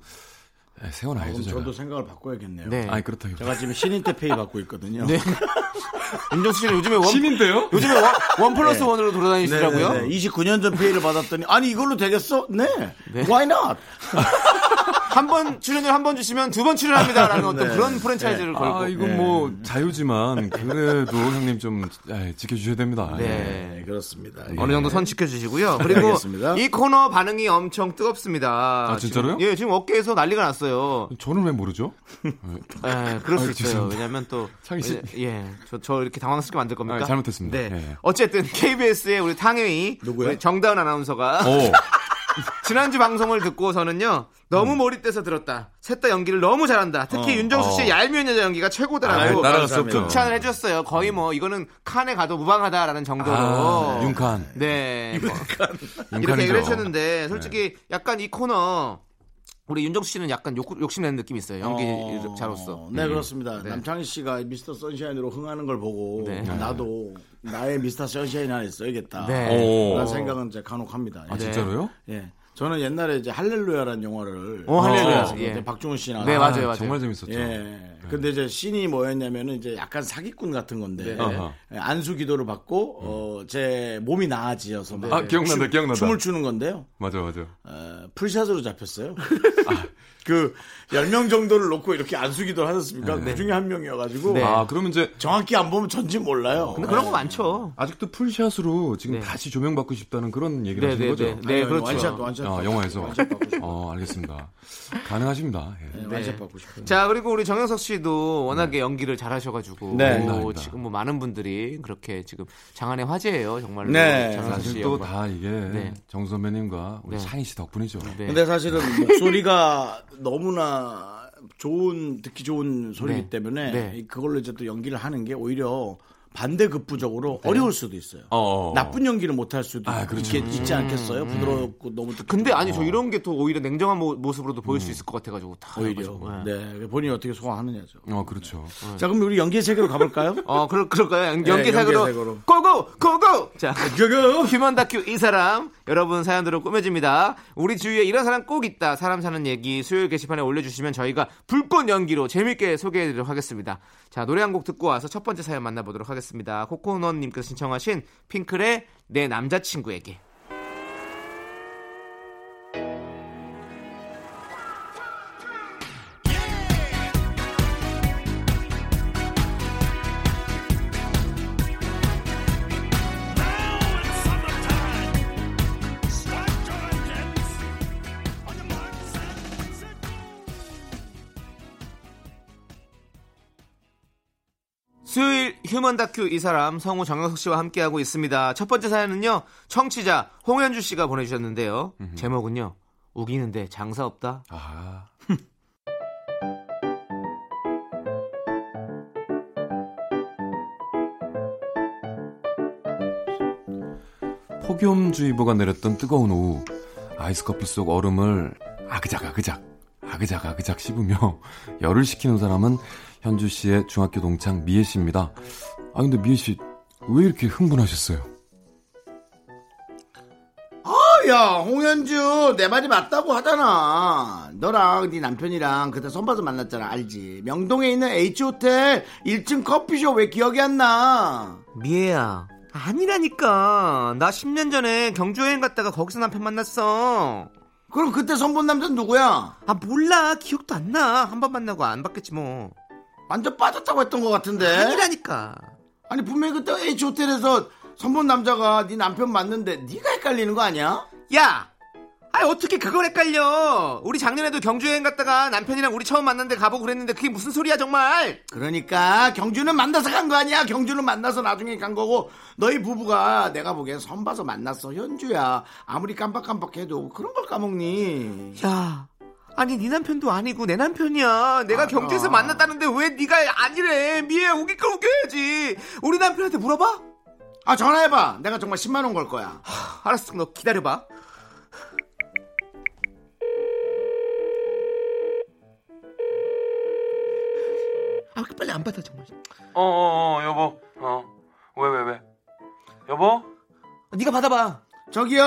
[SPEAKER 5] 예, 세워놔야죠
[SPEAKER 2] 어,
[SPEAKER 1] 그럼
[SPEAKER 5] 제가.
[SPEAKER 1] 저도 생각을 바꿔야겠네요.
[SPEAKER 2] 네.
[SPEAKER 5] 아니 그렇다고
[SPEAKER 1] 제가 지금 신인 때 페이 받고 있거든요.
[SPEAKER 2] 네. 윤정수 씨는 요즘에
[SPEAKER 5] 아,
[SPEAKER 2] 원
[SPEAKER 5] 신인데요?
[SPEAKER 2] 요즘에 원, 원 플러스
[SPEAKER 1] 네.
[SPEAKER 2] 원으로 돌아다니시더라고요.
[SPEAKER 1] 29년 전 네, 페이를 받았더니 아니 이걸로 되겠어? 네.
[SPEAKER 2] 네.
[SPEAKER 1] Why not?
[SPEAKER 2] 한 번 출연을 한 번 주시면 두 번 출연합니다라는 어떤
[SPEAKER 1] 네.
[SPEAKER 2] 그런 프랜차이즈를 걸고. 네.
[SPEAKER 5] 아 이건 뭐 자유지만 그래도 형님 좀 예, 지켜주셔야 됩니다.
[SPEAKER 2] 네.
[SPEAKER 1] 네, 그렇습니다.
[SPEAKER 2] 어느
[SPEAKER 1] 예.
[SPEAKER 2] 정도 선 지켜주시고요. 그리고
[SPEAKER 1] 알겠습니다.
[SPEAKER 2] 이 코너 반응이 엄청 뜨겁습니다.
[SPEAKER 5] 아, 진짜로요?
[SPEAKER 2] 지금, 예, 지금 어깨에서 난리가 났어요.
[SPEAKER 5] 예. 저는 왜 모르죠?
[SPEAKER 2] 예, 그럴 수
[SPEAKER 5] 아유,
[SPEAKER 2] 있어요.
[SPEAKER 5] 죄송합니다.
[SPEAKER 2] 왜냐면 또.
[SPEAKER 5] 창희 씨.
[SPEAKER 2] 예, 예, 저, 저 이렇게 당황스럽게 만들 겁니까?
[SPEAKER 5] 아, 잘못했습니다.
[SPEAKER 2] 네.
[SPEAKER 5] 예.
[SPEAKER 2] 어쨌든 KBS의 우리 탕웨이.
[SPEAKER 1] 누구야?
[SPEAKER 2] 우리 정다은 아나운서가.
[SPEAKER 5] 오.
[SPEAKER 2] 지난주 방송을 듣고 저는요.
[SPEAKER 5] 음.
[SPEAKER 2] 너무 몰입돼서 들었다. 셋 다 연기를 너무 잘한다. 특히 윤정수 씨의 얄미운 여자 연기가
[SPEAKER 5] 어. 아,
[SPEAKER 2] 최고다라고.
[SPEAKER 5] 따라갈 수 없죠.
[SPEAKER 1] 감사합니다.
[SPEAKER 2] 칭찬을 해주셨어요. 거의 뭐 이거는 칸에 가도 무방하다라는 정도로.
[SPEAKER 5] 아, 윤칸.
[SPEAKER 2] 네. 뭐 이렇게
[SPEAKER 5] 윤칸이죠. 네.
[SPEAKER 2] 얘기를 해주셨는데 솔직히 약간 이 코너 우리 윤정수 씨는 약간 욕, 심내는 느낌이 있어요. 연기자로서. 음.
[SPEAKER 1] 어, 네 그렇습니다. 남창희 씨가 미스터 선샤인으로 흥하는 걸 보고
[SPEAKER 2] 네.
[SPEAKER 1] 나도 나의 미스터 선샤인 하나 써야겠다.
[SPEAKER 2] 네.
[SPEAKER 5] 오.
[SPEAKER 1] 라는 생각은 이제 간혹 합니다.
[SPEAKER 5] 아
[SPEAKER 1] 예.
[SPEAKER 5] 진짜로요?
[SPEAKER 1] 예. 저는 옛날에 이제 할렐루야라는 영화를
[SPEAKER 2] 오, 할렐루야.
[SPEAKER 1] 봤을 때
[SPEAKER 2] 예.
[SPEAKER 1] 박중훈 씨나
[SPEAKER 2] 네, 맞아요, 맞아요.
[SPEAKER 5] 정말 재밌었죠.
[SPEAKER 1] 예. 근데 이제 신이 뭐였냐면은 이제 약간 사기꾼 같은 건데
[SPEAKER 2] 네.
[SPEAKER 5] 아하.
[SPEAKER 1] 예, 안수 기도를 받고 어제 몸이 나아지어서 막
[SPEAKER 5] 아, 기억난다, 기억난다.
[SPEAKER 1] 춤을 추는 건데요.
[SPEAKER 5] 맞아 맞아.
[SPEAKER 1] 어, 풀샷으로 잡혔어요. 그 10명 정도를 놓고 이렇게 안수기도 하셨습니까?
[SPEAKER 5] 네.
[SPEAKER 1] 그 중에 한 명이어가지고
[SPEAKER 2] 네.
[SPEAKER 5] 아 그러면 이제
[SPEAKER 1] 정확히 안 보면 전지 몰라요.
[SPEAKER 2] 근데 그런 거 많죠.
[SPEAKER 5] 아직도 풀샷으로 지금 다시 조명 받고 싶다는 그런 얘기를 하시는
[SPEAKER 2] 네. 네네네.
[SPEAKER 5] 거죠?
[SPEAKER 2] 네, 네, 그렇죠.
[SPEAKER 1] 완샷, 완샷.
[SPEAKER 5] 아, 영화에서.
[SPEAKER 1] 완샷 받고 싶어요.
[SPEAKER 5] 어, 알겠습니다. 가능하십니다. 예.
[SPEAKER 1] 네, 완샷 받고 싶어요.
[SPEAKER 2] 자 그리고 우리 정영석 씨도 워낙에 연기를 잘하셔가지고
[SPEAKER 1] 네.
[SPEAKER 2] 뭐
[SPEAKER 5] 감사합니다.
[SPEAKER 2] 지금 뭐 많은 분들이 그렇게 지금 장안의 화제예요 정말로
[SPEAKER 1] 네.
[SPEAKER 2] 정영석 씨
[SPEAKER 5] 사실 또 다 이게
[SPEAKER 2] 네.
[SPEAKER 5] 정 선배님과 우리
[SPEAKER 2] 네.
[SPEAKER 5] 창희 씨 덕분이죠.
[SPEAKER 2] 네.
[SPEAKER 1] 근데 사실은 목소리가 너무나 좋은 듣기 좋은 소리이기
[SPEAKER 2] 네.
[SPEAKER 1] 때문에
[SPEAKER 2] 네.
[SPEAKER 1] 이- 그걸로 이제 또 연기를 하는 게 오히려 반대급부적으로 어려울 수도 있어요.
[SPEAKER 5] 어.
[SPEAKER 1] 나쁜 연기를 못 할 수도
[SPEAKER 5] 아, 그렇죠.
[SPEAKER 1] 있겠- 있지 않겠어요? 부드럽고 너무 듣기
[SPEAKER 2] 근데
[SPEAKER 1] 좋고.
[SPEAKER 2] 아니 저 이런 게 더 오히려 냉정한 모- 모습으로도 보일 수 있을 것 같아가지고 다
[SPEAKER 1] 오히려
[SPEAKER 2] 해가지고. 네.
[SPEAKER 1] 네 본인이 어떻게 소화하느냐죠.
[SPEAKER 5] 어, 그렇죠.
[SPEAKER 1] 자 그럼 우리 연기의 세계로 가볼까요?
[SPEAKER 2] 어 그럴 그럴까요 연-
[SPEAKER 1] 네,
[SPEAKER 2] 연기사로
[SPEAKER 1] 연기사고로.
[SPEAKER 2] 고고 고고 자
[SPEAKER 1] 지금
[SPEAKER 2] 휴먼 다큐 이 사람 여러분 사연으로 꾸며집니다. 우리 주위에 이런 사람 꼭 있다. 사람 사는 얘기 수요일 게시판에 올려주시면 저희가 불꽃 연기로 재밌게 소개해드리도록 하겠습니다. 자 노래 한 곡 듣고 와서 첫 번째 사연 만나보도록 하겠습니다. 코코넛님께서 신청하신 핑클의 내 남자친구에게 수요일 휴먼 다큐 이 사람 성우 정영석 씨와 함께하고 있습니다. 첫 번째 사연은요. 청취자 홍현주 씨가 보내주셨는데요. 제목은요. 우기는데 장사 없다.
[SPEAKER 5] 아, 폭염주의보가 내렸던 뜨거운 오후 아이스커피 속 얼음을 아그작 아그작 아그작 아그작 씹으며 열을 식히는 사람은 현주 씨의 중학교 동창 미애 씨입니다. 아 근데 미애 씨 왜 이렇게 흥분하셨어요?
[SPEAKER 1] 야 홍현주 내 말이 맞다고 하잖아 너랑 네 남편이랑 그때 선봐서 만났잖아 알지 명동에 있는 H호텔 1층 커피숍 왜 기억이 안나
[SPEAKER 2] 미애야. 아니라니까. 나 10년 전에 경주 여행 갔다가 거기서 남편 만났어.
[SPEAKER 1] 그럼 그때 선본 남자는 누구야
[SPEAKER 2] 아 몰라. 기억도 안 나. 한 번 만나고 안 봤겠지 뭐.
[SPEAKER 1] 완전 빠졌다고 했던 것 같은데
[SPEAKER 2] 아니라니까.
[SPEAKER 1] 아니 분명히 그때 H호텔에서 선본 남자가 네 남편 맞는데 네가 헷갈리는 거 아니야?
[SPEAKER 2] 야! 아 어떻게 그걸 헷갈려? 우리 작년에도 경주 여행 갔다가 남편이랑 우리 처음 만났는데 가보고 그랬는데 그게 무슨 소리야 정말?
[SPEAKER 1] 그러니까 경주는 만나서 간 거 아니야 경주는 만나서 나중에 간 거고 너희 부부가 내가 보기엔 선 봐서 만났어 현주야 아무리 깜빡깜빡해도 그런 걸 까먹니
[SPEAKER 2] 야, 아니 네 남편도 아니고 내 남편이야. 내가
[SPEAKER 1] 아,
[SPEAKER 2] 경주에서
[SPEAKER 1] 아.
[SPEAKER 2] 만났다는데 왜 네가 아니래? 미애 우길 걸 우겨야지. 우리 남편한테 물어봐.
[SPEAKER 1] 아 전화해봐 내가 정말 10만 원 걸 거야
[SPEAKER 2] 알았어, 너 기다려봐. 아, 왜 이렇게 빨리 안 받아 정말.
[SPEAKER 5] 어, 어, 어 여보. 어. 왜, 왜, 왜? 여보?
[SPEAKER 2] 네가 받아봐.
[SPEAKER 1] 저기요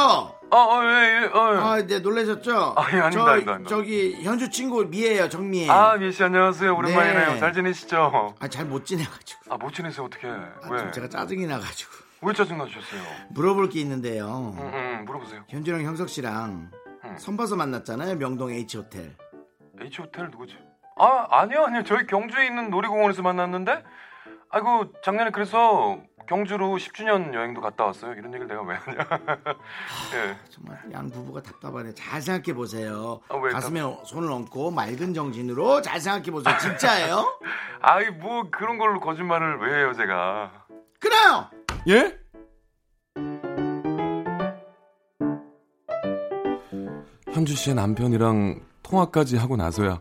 [SPEAKER 5] 어, 어, 예, 예, 어. 예.
[SPEAKER 1] 아 이제 놀라셨죠?
[SPEAKER 5] 아, 예, 아닙니다,
[SPEAKER 1] 저,
[SPEAKER 5] 아닙니다, 아닙니다.
[SPEAKER 1] 저기 현주 친구 미애예요 정미애
[SPEAKER 5] 아, 미애 씨 안녕하세요. 오랜만이네요.
[SPEAKER 1] 네.
[SPEAKER 5] 잘 지내시죠?
[SPEAKER 1] 아 잘 못 지내가지고
[SPEAKER 5] 아, 못 지내세요. 어떻게?
[SPEAKER 1] 아,
[SPEAKER 5] 왜?
[SPEAKER 1] 좀 제가 짜증이 나가지고
[SPEAKER 5] 왜 짜증 나셨어요?
[SPEAKER 1] 물어볼 게 있는데요
[SPEAKER 5] 응, 응, 음, 물어보세요.
[SPEAKER 1] 현주랑 형석 씨랑
[SPEAKER 5] 음.
[SPEAKER 1] 선 봐서 만났잖아요 명동 H호텔
[SPEAKER 5] H 호텔 누구지? 아, 아니요, 아니요. 저희 경주에 있는 놀이공원에서 만났는데 아이고, 작년에 그래서 경주로 10주년 여행도 갔다 왔어요. 이런 얘기를 내가 왜 하냐? 예.
[SPEAKER 1] 정말 양 부부가 답답하네. 잘 생각해 보세요.
[SPEAKER 5] 아, 왜
[SPEAKER 1] 가슴에 손을 얹고 맑은 정신으로 잘 생각해 보세요. 진짜예요?
[SPEAKER 5] 아이, 뭐 그런 걸로 거짓말을 왜 해요, 제가.
[SPEAKER 1] 그래요.
[SPEAKER 5] 예? 현주 씨의 남편이랑 통화까지 하고 나서야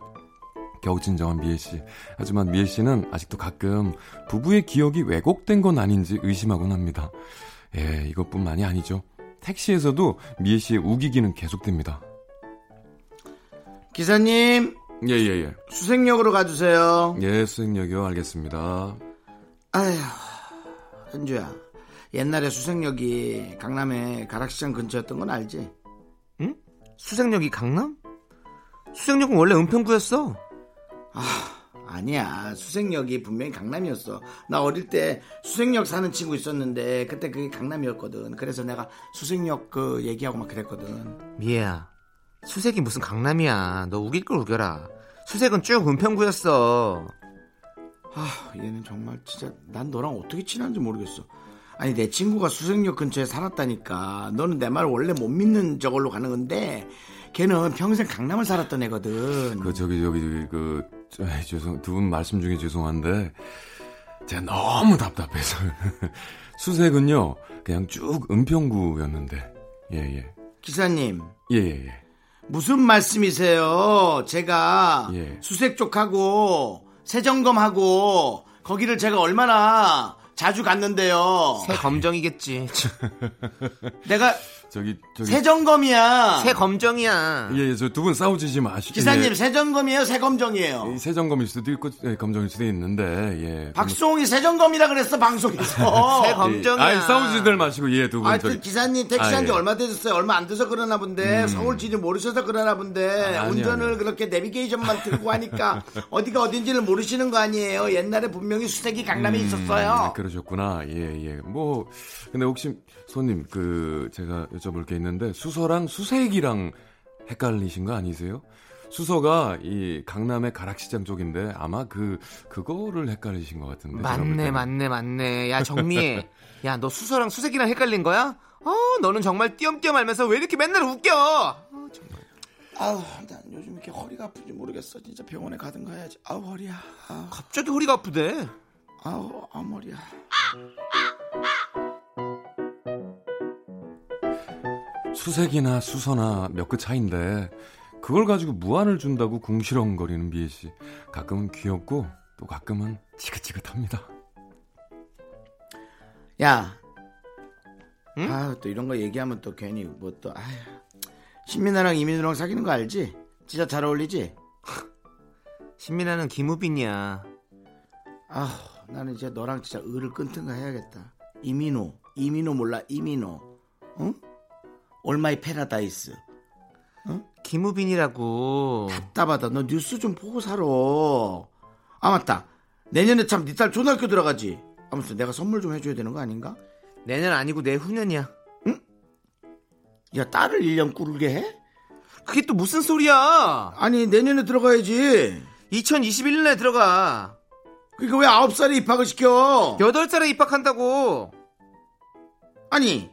[SPEAKER 5] 겨우 진정한 미애 씨. 하지만 미애 씨는 아직도 가끔 부부의 기억이 왜곡된 건 아닌지 의심하곤 합니다. 예, 이것뿐만이 아니죠. 택시에서도 미애 씨의 우기기는 계속됩니다.
[SPEAKER 1] 기사님
[SPEAKER 5] 예, 예, 예.
[SPEAKER 1] 수색역으로 가주세요.
[SPEAKER 5] 예, 수행역이요. 알겠습니다.
[SPEAKER 1] 아휴 현주야 옛날에 수색역이 강남의 가락시장 근처였던 건 알지?
[SPEAKER 2] 수색역이 강남? 수색역은 원래 은평구였어.
[SPEAKER 1] 아니야 수색역이 분명히 강남이었어. 나 어릴 때 수색역 사는 친구 있었는데 그때 그게 강남이었거든. 그래서 내가 수색역 그 얘기하고 막 그랬거든.
[SPEAKER 2] 미애야, 수색이 무슨 강남이야. 너 우길 걸 우겨라. 수색은 쭉 은평구였어.
[SPEAKER 1] 아, 얘는 정말 진짜 난 너랑 어떻게 친한지 모르겠어. 아니 내 친구가 수색역 근처에 살았다니까. 너는 내 말 원래 못 믿는 저걸로 가는 건데 걔는 평생 강남을 살았던 애거든.
[SPEAKER 5] 그 저기 저기 저기 그 저, 에이, 죄송 두 분 말씀 중에 죄송한데 제가 너무 답답해서 수색은요 그냥 쭉 은평구였는데 예예예예
[SPEAKER 1] 기사님
[SPEAKER 5] 예, 예, 예.
[SPEAKER 1] 무슨 말씀이세요? 제가
[SPEAKER 5] 예.
[SPEAKER 1] 수색 쪽하고 세정검하고 거기를 제가 얼마나 자주 갔는데요.
[SPEAKER 2] 새 검정이겠지.
[SPEAKER 1] 내가
[SPEAKER 5] 저기 저기
[SPEAKER 1] 세정검이야.
[SPEAKER 2] 새 아. 검정이야.
[SPEAKER 5] 예저 두 분 싸우지 마시고
[SPEAKER 1] 기사님 세정검이에요. 세검정이에요.
[SPEAKER 5] 예, 세정검일 수도 있고 예, 검정일 수도 있는데 예
[SPEAKER 1] 박수홍이 세정검이라 그랬어 방송에서.
[SPEAKER 2] 새
[SPEAKER 5] 예,
[SPEAKER 2] 검정이야.
[SPEAKER 5] 아이 싸우지들 마시고 예두분
[SPEAKER 1] 하여튼 기사님 택시
[SPEAKER 5] 아,
[SPEAKER 1] 한지
[SPEAKER 5] 예. 음.
[SPEAKER 1] 얼마 되셨어요? 얼마 안 돼서 그러나 본데 서울 지리 모르셔서 그러나 본데
[SPEAKER 5] 아, 아니요,
[SPEAKER 1] 운전을
[SPEAKER 5] 아니요.
[SPEAKER 1] 그렇게 내비게이션만 들고 하니까 어디가 어딘지를 모르시는 거 아니에요? 옛날에 분명히 수색이 강남에
[SPEAKER 5] 음,
[SPEAKER 1] 있었어요.
[SPEAKER 5] 그러셨구나. 예, 예. 뭐, 근데 혹시 손님, 그, 제가 여쭤볼 게 있는데, 수서랑 수색이랑 헷갈리신 거 아니세요? 수서가 이 강남의 가락시장 쪽인데, 아마 그, 그거를 헷갈리신 것 같은데. 제가 볼
[SPEAKER 2] 맞네,
[SPEAKER 5] 때는.
[SPEAKER 2] 맞네, 맞네. 야, 정미애. 야, 너 수서랑 수색이랑 헷갈린 거야? 어, 너는 정말 띄엄띄엄 알면서 왜 이렇게 맨날 웃겨?
[SPEAKER 1] 아우 난 요즘 이렇게 허리가 아픈지 모르겠어. 진짜 병원에 가든가 해야지. 아우 허리야. 아우,
[SPEAKER 2] 갑자기 허리가 아프대.
[SPEAKER 1] 아우 아 머리야.
[SPEAKER 5] 수색이나 수서나 몇 끗 차인데 그걸 가지고 무안을 준다고 궁시렁거리는 미애 씨. 가끔은 귀엽고 또 가끔은 지긋지긋합니다.
[SPEAKER 1] 야. 아유 또 이런 거 얘기하면 또 괜히 뭐 또 아휴. 신민아랑 이민우랑 사귀는 거 알지? 진짜 잘 어울리지?
[SPEAKER 2] 신민아는 김우빈이야.
[SPEAKER 1] 아휴 나는 이제 너랑 진짜 을을 끊든가 해야겠다. 이민우 이민우 몰라 이민우. 응? 올마이 패러다이스.
[SPEAKER 2] 김우빈이라고.
[SPEAKER 1] 답답하다. 너 뉴스 좀 보고 살아. 아 맞다. 내년에 참 네 딸 초등학교 들어가지. 아무튼 내가 선물 좀 해줘야 되는 거 아닌가?
[SPEAKER 2] 내년 아니고 내후년이야.
[SPEAKER 1] 야 딸을 1년 꾸르게 해?
[SPEAKER 2] 그게 또 무슨 소리야?
[SPEAKER 1] 아니 내년에 들어가야지.
[SPEAKER 2] 2021년에 들어가.
[SPEAKER 1] 그러니까 왜 아홉 살에 입학을 시켜?
[SPEAKER 2] 8살에 입학한다고.
[SPEAKER 1] 아니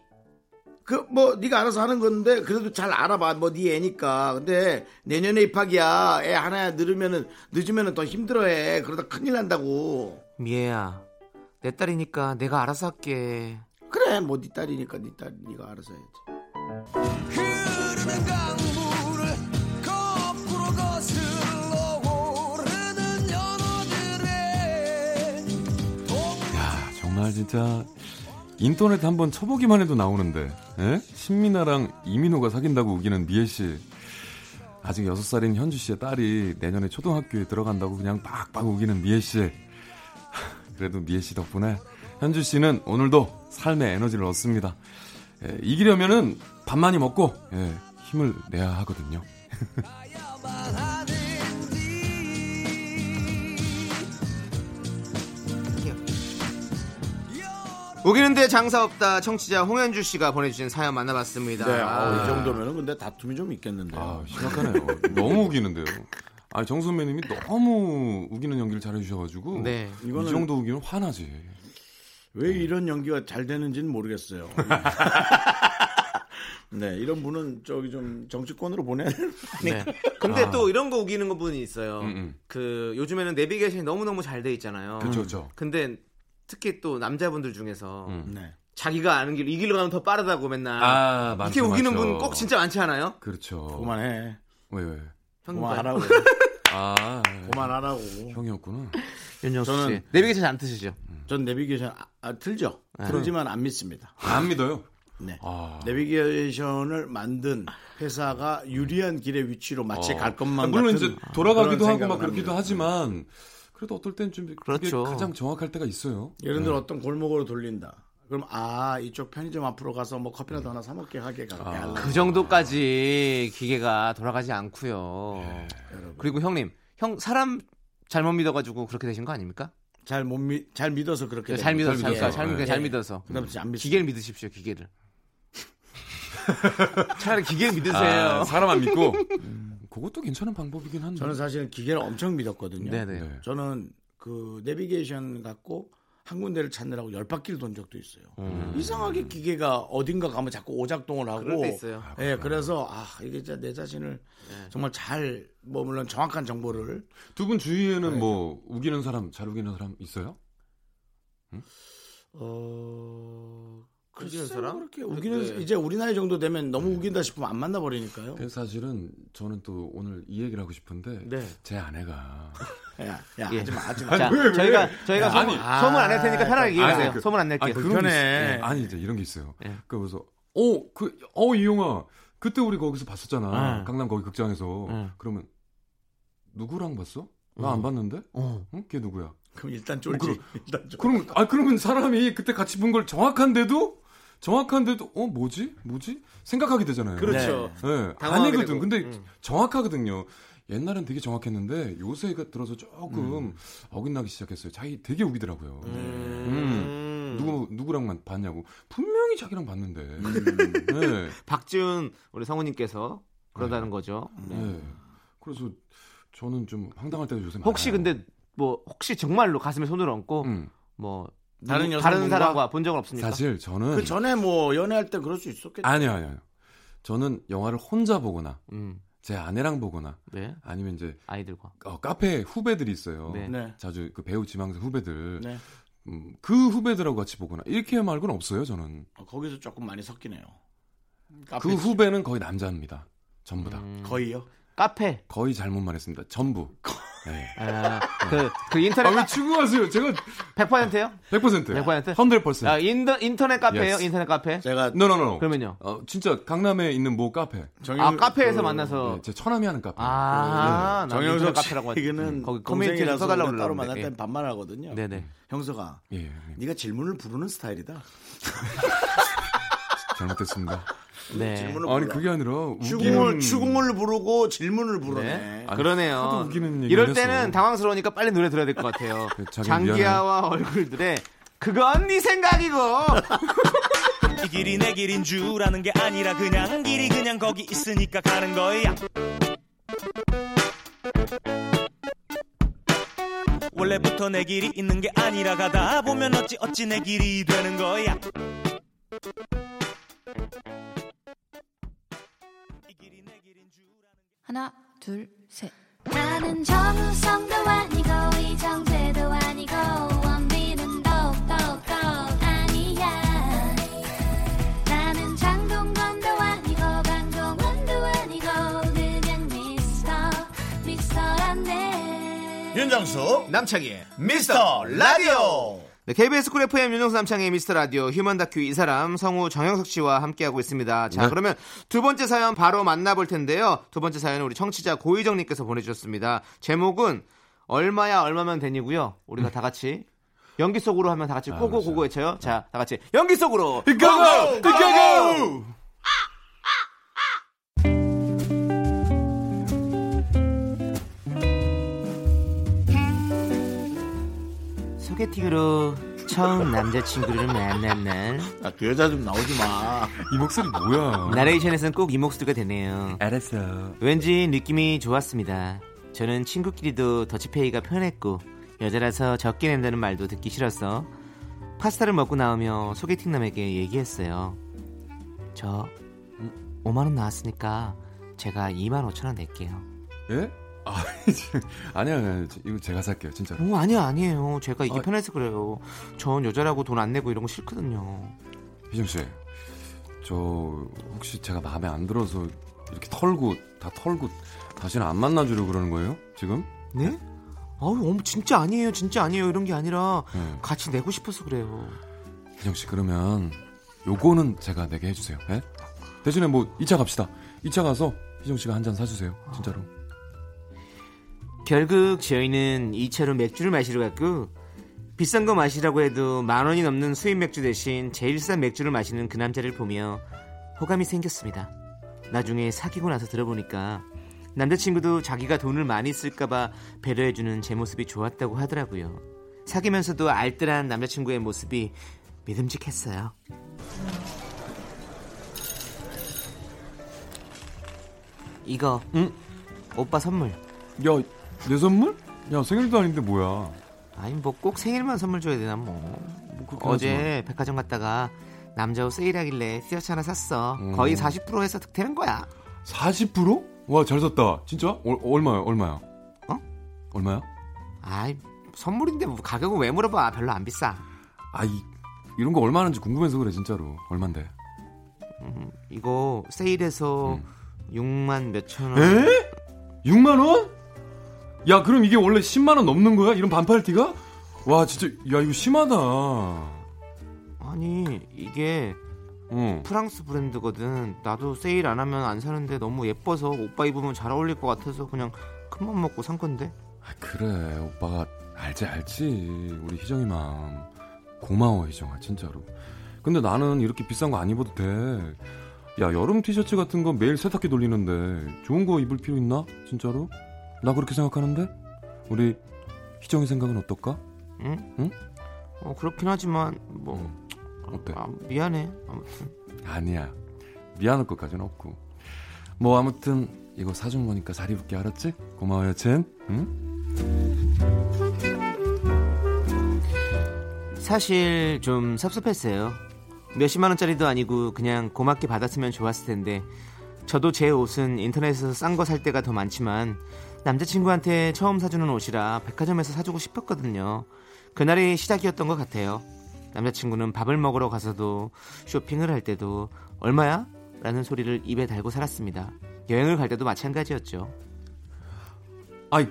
[SPEAKER 1] 그 뭐 네가 알아서 하는 건데 그래도 잘 알아봐 뭐 네 애니까 근데 내년에 입학이야 애 하나야 늘으면은 늦으면은 더 힘들어해 그러다 큰일 난다고
[SPEAKER 2] 미애야, 내 딸이니까 내가 알아서 할게.
[SPEAKER 1] 그래 뭐 네 딸이니까 네 딸 네가 알아서 해야지
[SPEAKER 7] 흐르는 강물을 거꾸로 거슬러 오르는 연어들의
[SPEAKER 5] 야, 정말 진짜 인터넷 한번 쳐보기만 해도 나오는데 예? 신민아랑 이민호가 사귄다고 우기는 미애 씨 아직 6살인 현주 씨의 딸이 내년에 초등학교에 들어간다고 그냥 빡빡 우기는 미애 씨 하, 그래도 미애 씨 덕분에 현주 씨는 오늘도 삶의 에너지를 얻습니다 예, 이기려면은 밥 많이 먹고 예, 힘을 내야 하거든요
[SPEAKER 7] 가야만 하는지
[SPEAKER 2] 우기는데 장사 없다. 청취자 홍현주 씨가 보내주신 사연 만나봤습니다.
[SPEAKER 1] 네, 어,
[SPEAKER 2] 아.
[SPEAKER 1] 이 정도면은 근데 다툼이 좀 있겠는데
[SPEAKER 5] 아 심각하네요 너무 우기는데요 아 정선배님이 너무 우기는 연기를 잘해주셔가지고
[SPEAKER 2] 네.
[SPEAKER 5] 이 정도 네. 우기면 화나지
[SPEAKER 1] 왜 이런 연기가 잘 되는지는 모르겠어요. 네, 이런 분은 저기 좀 정치권으로 보내.
[SPEAKER 2] 네. 근데 또 이런 거 우기는 거 분이 있어요. 그 요즘에는 내비게이션이 너무 너무 잘 돼 있잖아요. 음.
[SPEAKER 5] 그렇죠 그렇죠
[SPEAKER 2] 근데 특히 또 남자분들 중에서
[SPEAKER 1] 네.
[SPEAKER 2] 자기가 아는 길 이 길로 가면 더 빠르다고 맨날
[SPEAKER 5] 아,
[SPEAKER 2] 이렇게
[SPEAKER 5] 많죠,
[SPEAKER 2] 우기는
[SPEAKER 5] 많죠.
[SPEAKER 2] 분 꼭 진짜 많지 않아요?
[SPEAKER 5] 그렇죠
[SPEAKER 1] 그만해.
[SPEAKER 5] 왜 왜?
[SPEAKER 2] 형님 봐요.
[SPEAKER 1] 뭐 그만하라고.
[SPEAKER 5] 아
[SPEAKER 1] 그만하라고.
[SPEAKER 5] 형이었구나.
[SPEAKER 2] 윤정수
[SPEAKER 1] 저는-
[SPEAKER 2] 씨. 내비게이션 안 뜨시죠?
[SPEAKER 1] 전 내비게이션 아, 아, 틀죠.
[SPEAKER 5] 네.
[SPEAKER 1] 틀지만 안 믿습니다.
[SPEAKER 5] 안 믿어요.
[SPEAKER 1] 네.
[SPEAKER 5] 아.
[SPEAKER 1] 내비게이션을 만든 회사가 유리한 길의 위치로 마치 갈 것만
[SPEAKER 5] 어. 물론
[SPEAKER 1] 같은
[SPEAKER 5] 이제 돌아가기도
[SPEAKER 1] 그런
[SPEAKER 5] 하고 막
[SPEAKER 1] 생각을
[SPEAKER 5] 그렇기도
[SPEAKER 1] 합니다.
[SPEAKER 5] 하지만 그래도 어떨 땐 좀 그게
[SPEAKER 2] 그렇죠.
[SPEAKER 5] 가장 정확할 때가 있어요.
[SPEAKER 1] 예를
[SPEAKER 2] 네.
[SPEAKER 1] 들어 어떤 골목으로 돌린다. 그럼 아 이쪽 편의점 앞으로 가서 뭐 커피라도 하나 사 먹게 하게 가게 하려고.
[SPEAKER 2] 그 정도까지 기계가 돌아가지 않고요. 그리고 형님, 형 사람 잘못 믿어가지고 그렇게 되신 거 아닙니까?
[SPEAKER 1] 잘 못 믿, 잘 믿어서 그렇게
[SPEAKER 2] 네, 잘
[SPEAKER 1] 됩니다.
[SPEAKER 2] 믿어서, 잘,
[SPEAKER 1] 예.
[SPEAKER 2] 잘, 잘,
[SPEAKER 1] 예.
[SPEAKER 2] 잘 믿어서.
[SPEAKER 1] 그다음 진짜 안 믿습니다.
[SPEAKER 2] 기계를 믿으십시오, 기계를. 차라리 기계를
[SPEAKER 5] 아,
[SPEAKER 2] 믿으세요.
[SPEAKER 5] 사람 안 믿고 음, 그것도 괜찮은 방법이긴 한데.
[SPEAKER 1] 저는 사실 기계를 엄청 믿었거든요.
[SPEAKER 2] 네네.
[SPEAKER 5] 네.
[SPEAKER 1] 저는 그 내비게이션 갖고 한 군데를 찾느라고 열 바퀴를 돈 적도 있어요.
[SPEAKER 2] 음.
[SPEAKER 1] 이상하게 기계가 어딘가 가면 자꾸 오작동을 하고.
[SPEAKER 2] 그럴 때 있어요.
[SPEAKER 1] 예, 그래서 아 이게 진짜 내 자신을
[SPEAKER 2] 네.
[SPEAKER 1] 정말 잘 뭐 물론 정확한 정보를
[SPEAKER 5] 두 분 주위에는 뭐 우기는 사람, 잘 우기는 사람 있어요?
[SPEAKER 1] 어.
[SPEAKER 2] 우기는 사람?
[SPEAKER 1] 그렇게 우기는
[SPEAKER 2] 네. 음.
[SPEAKER 1] 이제 우리 나이 정도 되면 너무 우긴다 싶으면 안 만나 버리니까요.
[SPEAKER 5] 근데 네, 사실은 저는 또 오늘 이 얘기를 하고 싶은데 제 아내가
[SPEAKER 1] 야, 야,
[SPEAKER 2] 예.
[SPEAKER 1] 하지 마, 하지 마.
[SPEAKER 2] 자, 저희가, 저희가
[SPEAKER 5] 야,
[SPEAKER 2] 소문,
[SPEAKER 1] 아니.
[SPEAKER 2] 소문 안 할 테니까 편하게 얘기하세요.
[SPEAKER 5] 아니, 그-
[SPEAKER 2] 소문 안 낼게요.
[SPEAKER 5] 아니, 그런 게
[SPEAKER 2] 네,
[SPEAKER 1] 불편해.
[SPEAKER 5] 있- 아니 이제 이런 게 있어요.
[SPEAKER 2] 예.
[SPEAKER 5] 그래서 어그어 이용아 그때 우리 거기서 봤었잖아.
[SPEAKER 2] 응.
[SPEAKER 5] 강남 거기 극장에서
[SPEAKER 2] 응. 그럼,
[SPEAKER 5] 누구랑 봤어? 나 안
[SPEAKER 2] 응.
[SPEAKER 5] 봤는데?
[SPEAKER 2] 예. 어.
[SPEAKER 5] 응? 걔 누구야?
[SPEAKER 1] 그럼 일단 쫄지.
[SPEAKER 5] 어, 그럼-
[SPEAKER 1] 일단 쫄.
[SPEAKER 5] 그럼 아 그러면 사람이 그때 같이 본 걸 정확한데도 정확한데도 어 뭐지 뭐지 생각하게 되잖아요.
[SPEAKER 2] 그렇죠.
[SPEAKER 1] 네.
[SPEAKER 5] 예,
[SPEAKER 2] 당황하게
[SPEAKER 5] 아니거든.
[SPEAKER 2] 되고.
[SPEAKER 5] 근데
[SPEAKER 2] 음.
[SPEAKER 5] 정확하거든요. 옛날엔 되게 정확했는데 요새가 그 들어서 조금
[SPEAKER 2] 음.
[SPEAKER 5] 어긋나기 시작했어요. 자기 되게 우기더라고요.
[SPEAKER 2] 네.
[SPEAKER 5] 음. 누구 누구랑만 봤냐고 분명히 자기랑 봤는데.
[SPEAKER 2] 음.
[SPEAKER 5] 예.
[SPEAKER 2] 박지훈 우리 성우님께서 그러다는 거죠. 네.
[SPEAKER 5] 예. 그래서 저는 좀 황당할 때가 요새
[SPEAKER 2] 혹시
[SPEAKER 5] 많아요.
[SPEAKER 2] 근데 뭐 혹시 정말로 가슴에 손을 얹고
[SPEAKER 5] 음.
[SPEAKER 2] 뭐
[SPEAKER 1] 네. 다른
[SPEAKER 2] 누구-
[SPEAKER 1] 여성분과?
[SPEAKER 2] 다른 사람과 음. 본 적은 없습니까? 그
[SPEAKER 5] 사실 저는
[SPEAKER 2] 아,
[SPEAKER 1] 그 전에 뭐 연애할 때 그럴 수 있었겠죠.
[SPEAKER 5] 아니요 아니요. 저는 영화를 혼자 보거나
[SPEAKER 2] 음.
[SPEAKER 5] 제 아내랑 보거나
[SPEAKER 2] 네.
[SPEAKER 5] 아니면 이제
[SPEAKER 2] 아이들과.
[SPEAKER 5] 어, 카페 후배들이 있어요.
[SPEAKER 2] 네.
[SPEAKER 1] 네.
[SPEAKER 5] 자주 그 배우 지망생 후배들.
[SPEAKER 1] 네.
[SPEAKER 5] 음, 그 후배들하고 같이 보거나 이렇게 말고는 없어요. 저는
[SPEAKER 1] 어, 거기서 조금 많이 섞이네요.
[SPEAKER 2] 아,
[SPEAKER 5] 그 후배는 거의 남자입니다. 전부 다
[SPEAKER 2] 음.
[SPEAKER 1] 거의요?
[SPEAKER 2] 카페.
[SPEAKER 5] 거의 잘못 말했습니다. 전부. 네.
[SPEAKER 2] 아, 그, 그 인터넷.
[SPEAKER 5] 아왜 추궁하세요?
[SPEAKER 2] 네,
[SPEAKER 5] 제가
[SPEAKER 2] 100%예요?
[SPEAKER 5] 100%.
[SPEAKER 2] 100%?
[SPEAKER 5] 100%.
[SPEAKER 2] 아, 인터, 인터넷 카페예요
[SPEAKER 5] 네. Yes.
[SPEAKER 2] 인터넷 카페.
[SPEAKER 1] 제가
[SPEAKER 5] 노노노.
[SPEAKER 2] 그러면요?
[SPEAKER 5] 어, 진짜 강남에 있는 모 카페.
[SPEAKER 1] 정영-
[SPEAKER 2] 아, 카페에서
[SPEAKER 1] 그- 네.
[SPEAKER 2] 만나서.
[SPEAKER 5] 네, 제 처남이 하는 카페.
[SPEAKER 2] 아, 나 인터넷
[SPEAKER 1] 정영석
[SPEAKER 2] 카페라고 하지. 음,
[SPEAKER 1] 씨는
[SPEAKER 2] 거기 커뮤니티에서
[SPEAKER 1] 커뮤니티라서
[SPEAKER 2] 써달라고
[SPEAKER 1] 그냥 따로
[SPEAKER 2] 그러는데.
[SPEAKER 1] 만날 땐 반말 하거든요.
[SPEAKER 2] 예. 네네.
[SPEAKER 1] 형석아,
[SPEAKER 5] 예, 예,
[SPEAKER 1] 네가 질문을 부르는 스타일이다.
[SPEAKER 5] 잘못됐습니다.
[SPEAKER 2] 네.
[SPEAKER 1] 질문을
[SPEAKER 5] 아니
[SPEAKER 1] 불러.
[SPEAKER 5] 그게 아니라 우긴-
[SPEAKER 1] 추궁을 추궁을 부르고 질문을 부르네.
[SPEAKER 2] 네.
[SPEAKER 5] 아니, 하도
[SPEAKER 2] 그러네요.
[SPEAKER 5] 웃기는 얘기를
[SPEAKER 2] 이럴
[SPEAKER 5] 했어.
[SPEAKER 2] 때는 당황스러우니까 빨리 노래 들어야 될 것 같아요.
[SPEAKER 5] 그, 자기
[SPEAKER 2] 장기하와 얼굴들의 그건 네 생각이고.
[SPEAKER 9] 이 길이 내 길인 줄 아는 게 아니라 그냥 한 길이 그냥 거기 있으니까 가는 거야 원래부터 내 길이 있는 게 아니라 가다 보면 어찌 어찌 내 길이 되는 거야 이 길이 내 길인 줄 아는
[SPEAKER 6] 하나, 둘, 셋. 나는 정우성도 아니고 이정재도 아니고 원빈은 더욱더 아니야 나는 장동건도 아니고 강동원도 아니고 그냥 미스터 미스터란데
[SPEAKER 1] 윤정수 남창희 미스터 라디오.
[SPEAKER 2] 네, KBS 쿨 FM 윤정수 남창의 미스터 라디오 휴먼 다큐 이 사람 성우 정영석 씨와 함께하고 있습니다.
[SPEAKER 5] 네.
[SPEAKER 2] 자, 그러면 두 번째 사연 바로 만나볼 텐데요. 두 번째 사연은 우리 청취자 고희정 님께서 보내주셨습니다. 제목은 얼마야 얼마면 되니고요. 우리가 다 같이 연기 속으로 하면 다 같이 고고 고고 외쳐요. 자, 다 같이 연기 속으로
[SPEAKER 5] 아, 그렇죠. 이카고! 이카고!
[SPEAKER 2] 소개팅으로 처음 남자친구를 만난 날
[SPEAKER 1] 아그 여자 좀 나오지 마.
[SPEAKER 5] 이 목소리
[SPEAKER 2] 네,
[SPEAKER 5] 뭐야?
[SPEAKER 2] 나레이션에서는 꼭 이 목소리가 되네요.
[SPEAKER 5] 알았어.
[SPEAKER 2] 왠지 느낌이 좋았습니다. 저는 친구끼리도 더치페이가 편했고 여자라서 적게 낸다는 말도 듣기 싫어서 파스타를 먹고 나오며 소개팅남에게 얘기했어요. 저 5만 원 나왔으니까 제가 2만 5천 원 낼게요.
[SPEAKER 5] 예? 아, 이제- 아니야, 아니야. 이거 제가 살게요, 진짜.
[SPEAKER 2] 오 아니요 아니에요. 제가 이게
[SPEAKER 5] 아.
[SPEAKER 2] 편해서 그래요. 전 여자라고 돈 안 내고 이런 거 싫거든요.
[SPEAKER 5] 희정 씨, 저 혹시 제가 마음에 안 들어서 이렇게 털고 다 털고 다시는 안 만나주려 그러는 거예요? 지금?
[SPEAKER 2] 네? 아우 어머, 진짜 아니에요 진짜 아니에요 이런 게 아니라
[SPEAKER 5] 음.
[SPEAKER 2] 같이 내고 싶어서 그래요.
[SPEAKER 5] 희정 씨 그러면 요거는 제가 내게 해주세요. 예? 대신에 뭐 2차 갑시다. 2차 가서 희정 씨가 한 잔 사주세요. 진짜로.
[SPEAKER 2] 결국 저희는 2차로 맥주를 마시러 갔고 비싼 거 마시라고 해도 만 원이 넘는 수입 맥주 대신 제일 싼 맥주를 마시는 그 남자를 보며 호감이 생겼습니다. 나중에 사귀고 나서 들어보니까 남자친구도 자기가 돈을 많이 쓸까봐 배려해주는 제 모습이 좋았다고 하더라고요. 사귀면서도 알뜰한 남자친구의 모습이 믿음직했어요. 이거 응? 오빠 선물.
[SPEAKER 5] 야, 내 선물? 야, 생일도 아닌데 뭐야?
[SPEAKER 2] 아니 뭐 꼭 생일만 선물 줘야 되나 뭐.
[SPEAKER 5] 그렇게 하지
[SPEAKER 2] 어제 백화점 갔다가 남자 옷 세일하길래 티셔츠 하나 샀어.
[SPEAKER 5] 음.
[SPEAKER 2] 거의 40% 해서 득템한 거야.
[SPEAKER 5] 40%? 와, 잘 샀다. 진짜? 어, 얼마야? 얼마야?
[SPEAKER 2] 어?
[SPEAKER 5] 얼마야?
[SPEAKER 2] 아이 선물인데 뭐 가격은 왜 물어봐? 별로 안 비싸.
[SPEAKER 5] 아, 이, 이런 거 얼마는지 궁금해서 그래, 진짜로. 얼만데?
[SPEAKER 2] 이거 세일해서 6만 몇천 원.
[SPEAKER 5] 음. 에? 6만 원? 야, 그럼 이게 원래 10만 원 넘는 거야? 이런 반팔 티가? 와, 진짜 야, 이거 심하다. 어.
[SPEAKER 2] 아니 이게 프랑스 브랜드거든. 나도 세일 안 하면 안 사는데 너무 예뻐서 오빠 입으면 잘 어울릴 것 같아서 그냥 큰 맘 먹고 산 건데.
[SPEAKER 5] 아, 그래. 오빠가 알지 알지. 우리 희정이 마음. 고마워, 희정아. 진짜로. 근데 나는 이렇게 비싼 거 안 입어도 돼. 야, 여름 티셔츠 같은 거 매일 세탁기 돌리는데 좋은 거 입을 필요 있나? 진짜로? 나 그렇게 생각하는데? 우리 희정이 생각은 어떨까?
[SPEAKER 2] 응?
[SPEAKER 5] 응?
[SPEAKER 2] 어 그렇긴 하지만 뭐
[SPEAKER 5] 음. 어때?
[SPEAKER 2] 아, 미안해. 아무튼.
[SPEAKER 5] 아니야 미안할 것까지는 없고 뭐 아무튼 이거 사준 거니까 잘 입을게 알았지? 고마워 여친 응?
[SPEAKER 2] 사실 좀 섭섭했어요. 몇십만 원짜리도 아니고 그냥 고맙게 받았으면 좋았을 텐데 저도 제 옷은 인터넷에서 싼 거 살 때가 더 많지만 남자친구한테 처음 사주는 옷이라 백화점에서 사주고 싶었거든요. 그날이 시작이었던 것 같아요. 남자친구는 밥을 먹으러 가서도 쇼핑을 할 때도 얼마야? 라는 소리를 입에 달고 살았습니다. 여행을 갈 때도 마찬가지였죠.
[SPEAKER 5] 아이,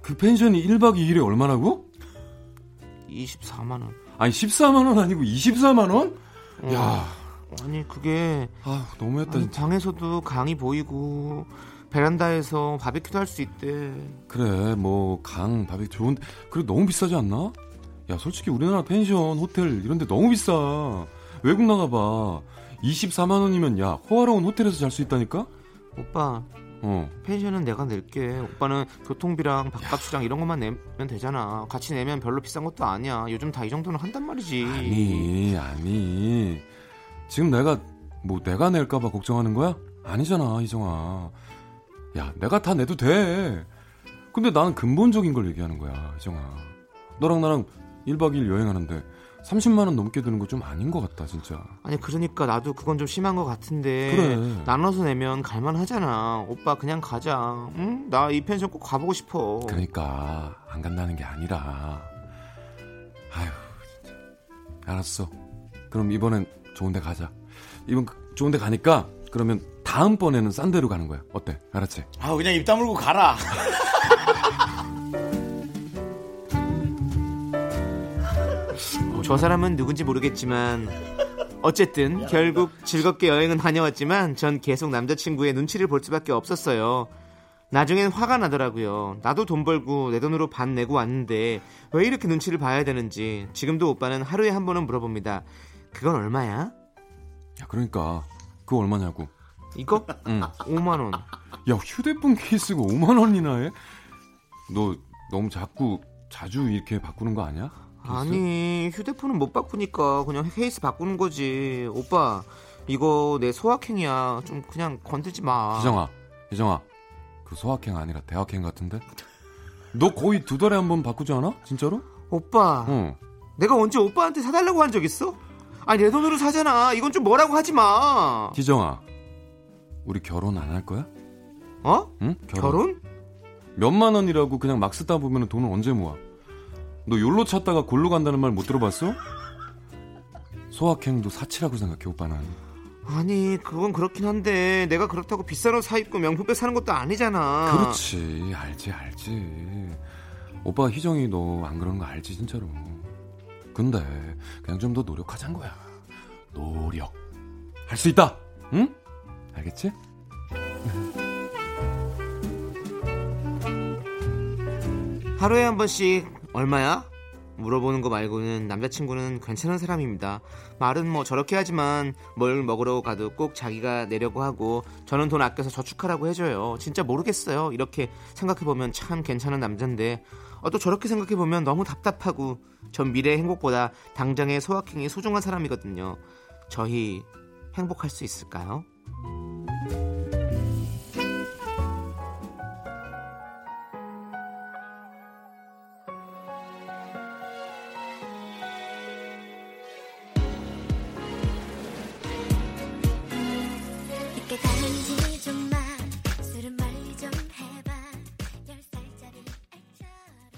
[SPEAKER 5] 그 펜션이 1박 2일에 얼마라고?
[SPEAKER 2] 24만 원.
[SPEAKER 5] 아니, 14만원 아니고 24만원?
[SPEAKER 2] 어.
[SPEAKER 5] 야,
[SPEAKER 2] 아니 그게
[SPEAKER 5] 아 너무했다,
[SPEAKER 2] 아니,
[SPEAKER 5] 진짜.
[SPEAKER 2] 방에서도 강이 보이고 베란다에서 바베큐도 할 수 있대.
[SPEAKER 5] 그래, 뭐, 강, 밥이 좋은데. 그래, 너무 비싸지 않나? 야, 솔직히 우리나라 펜션, 호텔, 이런데 너무 비싸. 외국 나가봐. 24만원이면, 야, 호화로운 호텔에서 잘 수 있다니까?
[SPEAKER 2] 오빠
[SPEAKER 5] 어.
[SPEAKER 2] 펜션은 내가 낼게. 오빠는 교통비랑 밥값이랑 이런 것만 내면 되잖아. 같이 내면 별로 비싼 것도 아니야. 요즘 다 이 정도는 한단 말이지.
[SPEAKER 5] 아니, 아니. 지금 내가, 뭐, 내가 낼까봐 걱정하는 거야? 아니잖아, 이정아. 야, 내가 다 내도 돼. 근데 나는 근본적인 걸 얘기하는 거야, 이정아. 너랑 나랑 1박 2일 여행하는데 30만원 넘게 드는 거 좀 아닌 것 같다, 진짜.
[SPEAKER 2] 아니 그러니까 나도 그건 좀 심한 것 같은데
[SPEAKER 5] 그래.
[SPEAKER 2] 나눠서 내면 갈만하잖아. 오빠 그냥 가자. 응? 나 이 펜션 꼭 가보고 싶어.
[SPEAKER 5] 그러니까 안 간다는 게 아니라 아휴 진짜 알았어 그럼 이번엔 좋은 데 가자 이번 그- 좋은 데 가니까 그러면 다음번에는 싼 데로 가는 거야 어때 알았지
[SPEAKER 1] 아 그냥 입 다물고 가라.
[SPEAKER 2] 뭐 저 사람은 누군지 모르겠지만 어쨌든 결국 즐겁게 여행은 다녀왔지만 전 계속 남자친구의 눈치를 볼 수밖에 없었어요. 나중엔 화가 나더라고요. 나도 돈 벌고 내 돈으로 반 내고 왔는데 왜 이렇게 눈치를 봐야 되는지 지금도 오빠는 하루에 한 번은 물어봅니다. 그건 얼마야?
[SPEAKER 5] 야 그러니까 그거 얼마냐고
[SPEAKER 2] 이거?
[SPEAKER 5] 응.
[SPEAKER 2] 5만 원.
[SPEAKER 5] 야 휴대폰 케이스가 5만 원이나 해? 너 너무 자꾸 자주 이렇게 바꾸는 거 아니야? 케이스?
[SPEAKER 2] 아니 휴대폰은 못 바꾸니까 그냥 케이스 바꾸는 거지. 오빠 이거 내 소확행이야. 좀 그냥 건들지 마.
[SPEAKER 5] 기정아, 기정아, 그 소확행 아니라 대학행 같은데? 너 거의 두 달에 한 번 바꾸지 않아? 진짜로? 어.
[SPEAKER 2] 오빠.
[SPEAKER 5] 응.
[SPEAKER 2] 내가 언제 오빠한테 사달라고 한 적 있어? 아니 내 돈으로 사잖아. 이건 좀 뭐라고 하지 마.
[SPEAKER 5] 기정아, 우리 결혼 안 할 거야?
[SPEAKER 2] 어?
[SPEAKER 5] 응?
[SPEAKER 2] 결혼?
[SPEAKER 5] 몇만 원이라고 그냥 막 쓰다 보면 돈을 언제 모아? 너 욜로 찾다가 골로 간다는 말 못 들어봤어? 소확행도 사치라고 생각해 오빠는.
[SPEAKER 2] 아니 그건 그렇긴 한데 내가 그렇다고 비싼 옷 사 입고 명품백 사는 것도 아니잖아.
[SPEAKER 5] 그렇지, 알지, 알지. 오빠 희정이 너 안 그런 거 알지 진짜로. 근데 그냥 좀 더 노력하자는 거야. 노력. 할 수 있다. 응? 알겠지?
[SPEAKER 2] 하루에 한 번씩 얼마야? 물어보는 거 말고는 남자친구는 괜찮은 사람입니다. 말은 뭐 저렇게 하지만 뭘 먹으러 가도 꼭 자기가 내려고 하고 저는 돈 아껴서 저축하라고 해줘요. 진짜 모르겠어요. 이렇게 생각해보면 참 괜찮은 남잔데 아, 또 저렇게 생각해보면 너무 답답하고 전 미래의 행복보다 당장의 소확행이 소중한 사람이거든요. 저희 행복할 수 있을까요?
[SPEAKER 6] 이렇게 달리지 좀마 술은 멀리 좀 해봐 열 살짜리 애처럼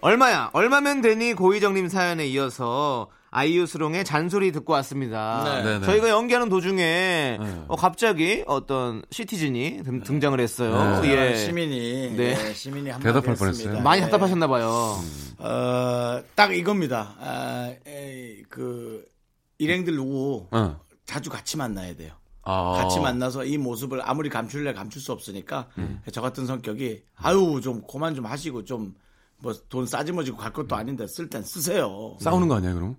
[SPEAKER 2] 얼마야? 얼마면 되니? 고희정님 사연에 이어서 아이유 수롱의 잔소리 듣고 왔습니다.
[SPEAKER 1] 네.
[SPEAKER 5] 네네.
[SPEAKER 2] 저희가 연기하는 도중에
[SPEAKER 5] 네.
[SPEAKER 2] 어, 갑자기 어떤 시티즌이 등- 등장을 했어요.
[SPEAKER 5] 네.
[SPEAKER 2] 예.
[SPEAKER 1] 아, 시민이
[SPEAKER 2] 네.
[SPEAKER 1] 예, 시민이 한마디
[SPEAKER 5] 대답할
[SPEAKER 1] 했습니다.
[SPEAKER 5] 뻔했어요.
[SPEAKER 2] 많이
[SPEAKER 1] 네.
[SPEAKER 2] 답답하셨나봐요.
[SPEAKER 5] 음.
[SPEAKER 1] 어, 딱 이겁니다. 아, 에이, 그 일행들 누구
[SPEAKER 5] 응.
[SPEAKER 1] 자주 같이 만나야 돼요.
[SPEAKER 5] 아.
[SPEAKER 1] 같이 만나서 이 모습을 아무리 감출래 감출 수 없으니까 저 같은 성격이 아유 좀 그만 좀 하시고 좀 뭐 돈 싸지머지고 갈 것도 아닌데 쓸 땐 쓰세요.
[SPEAKER 5] 싸우는 거 아니야 그럼?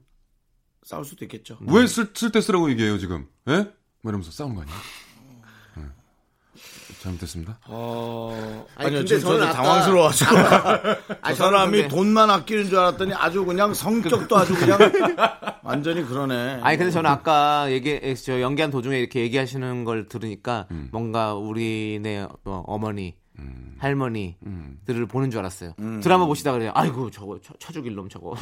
[SPEAKER 1] 싸울 수도 있겠죠.
[SPEAKER 5] 왜 쓸 때 쓰라고 얘기해요 지금? 예? 뭐 이러면서 싸우는 거 아니야? 응. 잘못됐습니다.
[SPEAKER 1] 어...
[SPEAKER 2] 아니,
[SPEAKER 1] 아니요,
[SPEAKER 2] 근데
[SPEAKER 1] 지금 저는
[SPEAKER 2] 저는 아까-
[SPEAKER 1] 당황스러워가지고 저
[SPEAKER 2] 아니, 저는
[SPEAKER 1] 사람이
[SPEAKER 2] 근데-
[SPEAKER 1] 돈만 아끼는 줄 알았더니 아주 그냥 성격도 아주 그냥 완전히 그러네.
[SPEAKER 2] 아니 근데 저는 아까 얘기
[SPEAKER 5] 음.
[SPEAKER 2] 저 연기한 도중에 이렇게 얘기하시는 걸 들으니까 뭔가 우리네 어, 어머니 할머니들을
[SPEAKER 5] 음.
[SPEAKER 2] 보는 줄 알았어요. 드라마 보시다 그래요. 아이고 저거 쳐, 쳐죽일 놈 저거.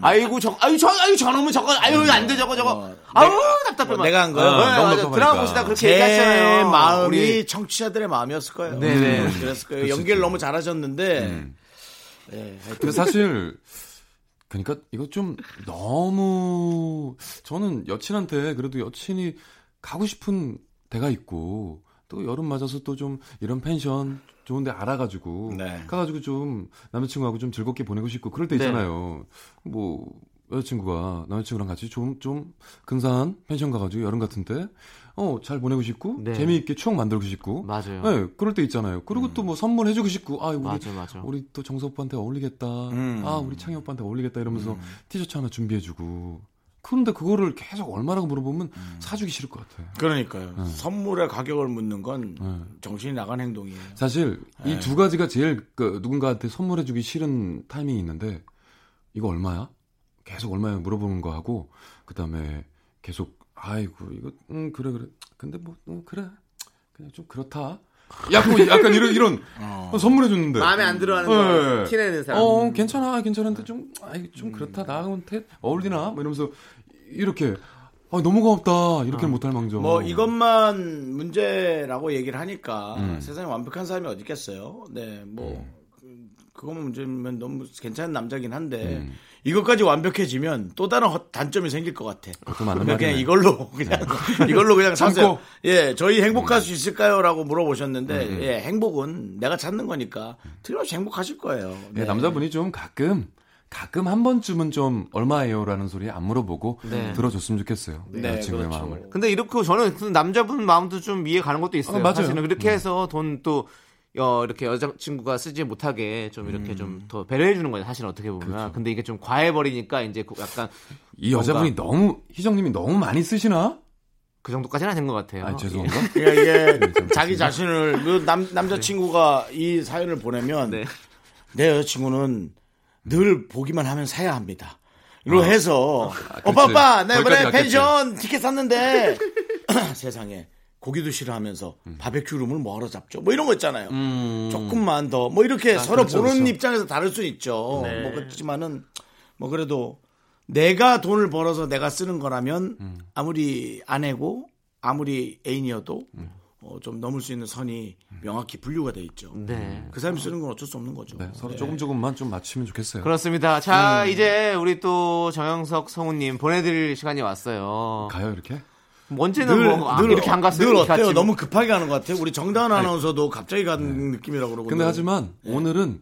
[SPEAKER 2] 아이고 저 아유 저 아유 저놈은 저거
[SPEAKER 1] 음.
[SPEAKER 2] 아유 안 돼 저거 저거. 아우 답답해.
[SPEAKER 1] 어, 내가 한 거야?
[SPEAKER 2] 네,
[SPEAKER 1] 너무
[SPEAKER 2] 맞아요.
[SPEAKER 5] 답답하니까.
[SPEAKER 2] 드라마 보시다
[SPEAKER 1] 네.
[SPEAKER 2] 그렇게
[SPEAKER 1] 제
[SPEAKER 2] 얘기하잖아요.
[SPEAKER 1] 마음이
[SPEAKER 2] 우리
[SPEAKER 1] 청취자들의 마음이었을 거예요.
[SPEAKER 2] 네네. 그렇죠. 음.
[SPEAKER 1] 음, 그랬을 거예요. 연기를 너무 잘하셨는데. 예, 하여튼
[SPEAKER 5] 네. 근데 사실 그러니까 이거 좀 너무 저는 여친한테 그래도 여친이 가고 싶은 데가 있고 또 여름 맞아서 또 좀 이런 펜션 좋은데 알아가지고
[SPEAKER 1] 네.
[SPEAKER 5] 가가지고 좀 남자친구하고 좀 즐겁게 보내고 싶고 그럴 때
[SPEAKER 2] 네.
[SPEAKER 5] 있잖아요. 뭐 여자친구가 남자친구랑 같이 좀 좀 근사한 펜션 가가지고 여름 같은데 어 잘 보내고 싶고
[SPEAKER 2] 네.
[SPEAKER 5] 재미있게 추억 만들고
[SPEAKER 1] 음.
[SPEAKER 5] 싶고
[SPEAKER 2] 맞아요.
[SPEAKER 5] 네, 그럴 때 있잖아요. 그리고 또 뭐 선물해주고 싶고 아 우리
[SPEAKER 2] 맞아 맞아.
[SPEAKER 5] 우리 또 정서 오빠한테 어울리겠다.
[SPEAKER 1] 음.
[SPEAKER 5] 아, 우리 창희 오빠한테 어울리겠다 이러면서 티셔츠 하나 준비해주고. 그런데 그거를 계속 얼마라고
[SPEAKER 1] 음.
[SPEAKER 5] 물어보면 사주기 싫을 것 같아요.
[SPEAKER 1] 그러니까요. 음. 선물의 가격을 묻는 건
[SPEAKER 5] 음.
[SPEAKER 1] 정신이 나간 행동이에요.
[SPEAKER 5] 사실 이 두 가지가 제일 그 누군가한테 선물해주기 싫은 타이밍이 있는데 이거 얼마야? 계속 얼마야 물어보는 거 하고 그 다음에 계속 아이고 이거 음 그래 그래 근데 뭐 음, 그래 그냥 좀 그렇다. 약간 약간 이런 이런
[SPEAKER 1] 어.
[SPEAKER 5] 선물해줬는데
[SPEAKER 2] 마음에 안 들어하는
[SPEAKER 5] 네.
[SPEAKER 2] 거 티내는 사람.
[SPEAKER 5] 어, 어, 괜찮아, 괜찮은데 좀, 아이, 좀 그렇다. 나한테 어울리나? 뭐 이러면서 이렇게 아, 너무 고맙다. 이렇게 는 못할 망정.
[SPEAKER 1] 뭐 이것만 문제라고 얘기를 하니까
[SPEAKER 5] 음.
[SPEAKER 1] 세상에 완벽한 사람이 어디 있겠어요. 네, 뭐
[SPEAKER 5] 예.
[SPEAKER 1] 그- 그거만 문제면 너무 괜찮은 남자긴 한데 이것까지 완벽해지면 또 다른 헛- 단점이 생길 것 같아.
[SPEAKER 5] 어, 그것도 맞는
[SPEAKER 1] 그러니까 그냥
[SPEAKER 5] 말이네. 네.
[SPEAKER 1] 이걸로 그냥 이걸로 그냥 사세요.
[SPEAKER 5] 참고. 음.
[SPEAKER 1] 예, 저희 행복할 수 있을까요?라고 물어보셨는데 예, 행복은 내가 찾는 거니까 틀림없이 행복하실 거예요.
[SPEAKER 5] 네, 남자분이 좀 가끔 가끔 한 번쯤은 좀 얼마예요라는 소리 안 물어보고
[SPEAKER 2] 네.
[SPEAKER 5] 들어줬으면 좋겠어요.
[SPEAKER 1] 네,
[SPEAKER 5] 친구의
[SPEAKER 1] 그렇죠.
[SPEAKER 5] 마음을.
[SPEAKER 2] 근데 이렇게 저는 그 남자분 마음도 좀 이해 가는 것도 있어요.
[SPEAKER 5] 어, 맞아요.
[SPEAKER 2] 사실은 그렇게 해서 돈 또 어, 이렇게 여자친구가 쓰지 못하게 좀 이렇게 좀 더 배려해 주는 거예요. 사실 어떻게 보면. 근데 이게 좀 과해 버리니까 이제 그 약간
[SPEAKER 5] 이 여자분이 너무 희정님이 너무 많이 쓰시나?
[SPEAKER 2] 그 정도까지는 아닌 것 같아요.
[SPEAKER 5] 아, 죄송한가?
[SPEAKER 1] 그러니까 이게
[SPEAKER 5] 네,
[SPEAKER 1] 자기 자신을 그 남, 남자친구가 이 사연을 보내면
[SPEAKER 2] 네.
[SPEAKER 1] 내 여자친구는 늘 보기만 하면 사야 합니다. 로 해서 오빠
[SPEAKER 5] 아. 그치.
[SPEAKER 1] 오빠 나
[SPEAKER 5] 거기까지
[SPEAKER 1] 이번에
[SPEAKER 5] 갔겠지.
[SPEAKER 1] 펜션 티켓 샀는데 세상에 고기도 싫어하면서 바베큐 룸을 뭐하러 잡죠? 뭐 이런 거 있잖아요.
[SPEAKER 5] 음.
[SPEAKER 1] 조금만 더 뭐 이렇게 서로 보는 입장에서 다를 수 있죠. 뭐 그렇지만은 뭐 그래도 내가 돈을 벌어서 내가 쓰는 거라면 아무리 아내고 아무리 애인이어도 어, 좀 넘을 수 있는 선이 명확히 분류가 돼 있죠.
[SPEAKER 2] 네.
[SPEAKER 1] 그 사람이 쓰는 건 어쩔 수 없는 거죠.
[SPEAKER 5] 네, 서로 조금 조금만 좀 맞추면 좋겠어요.
[SPEAKER 2] 그렇습니다. 자, 이제 우리 또 정영석 성우님 보내드릴 시간이 왔어요.
[SPEAKER 5] 가요 이렇게?
[SPEAKER 2] 언제는 뭐, 아, 이렇게 안 갔어요.
[SPEAKER 1] 늘
[SPEAKER 2] 이렇게
[SPEAKER 1] 어때요?
[SPEAKER 2] 아침.
[SPEAKER 1] 너무 급하게 하는 것 같아요. 우리 정다은 아나운서도 갑자기 간 느낌이라고 그러고.
[SPEAKER 5] 근데 하지만 오늘은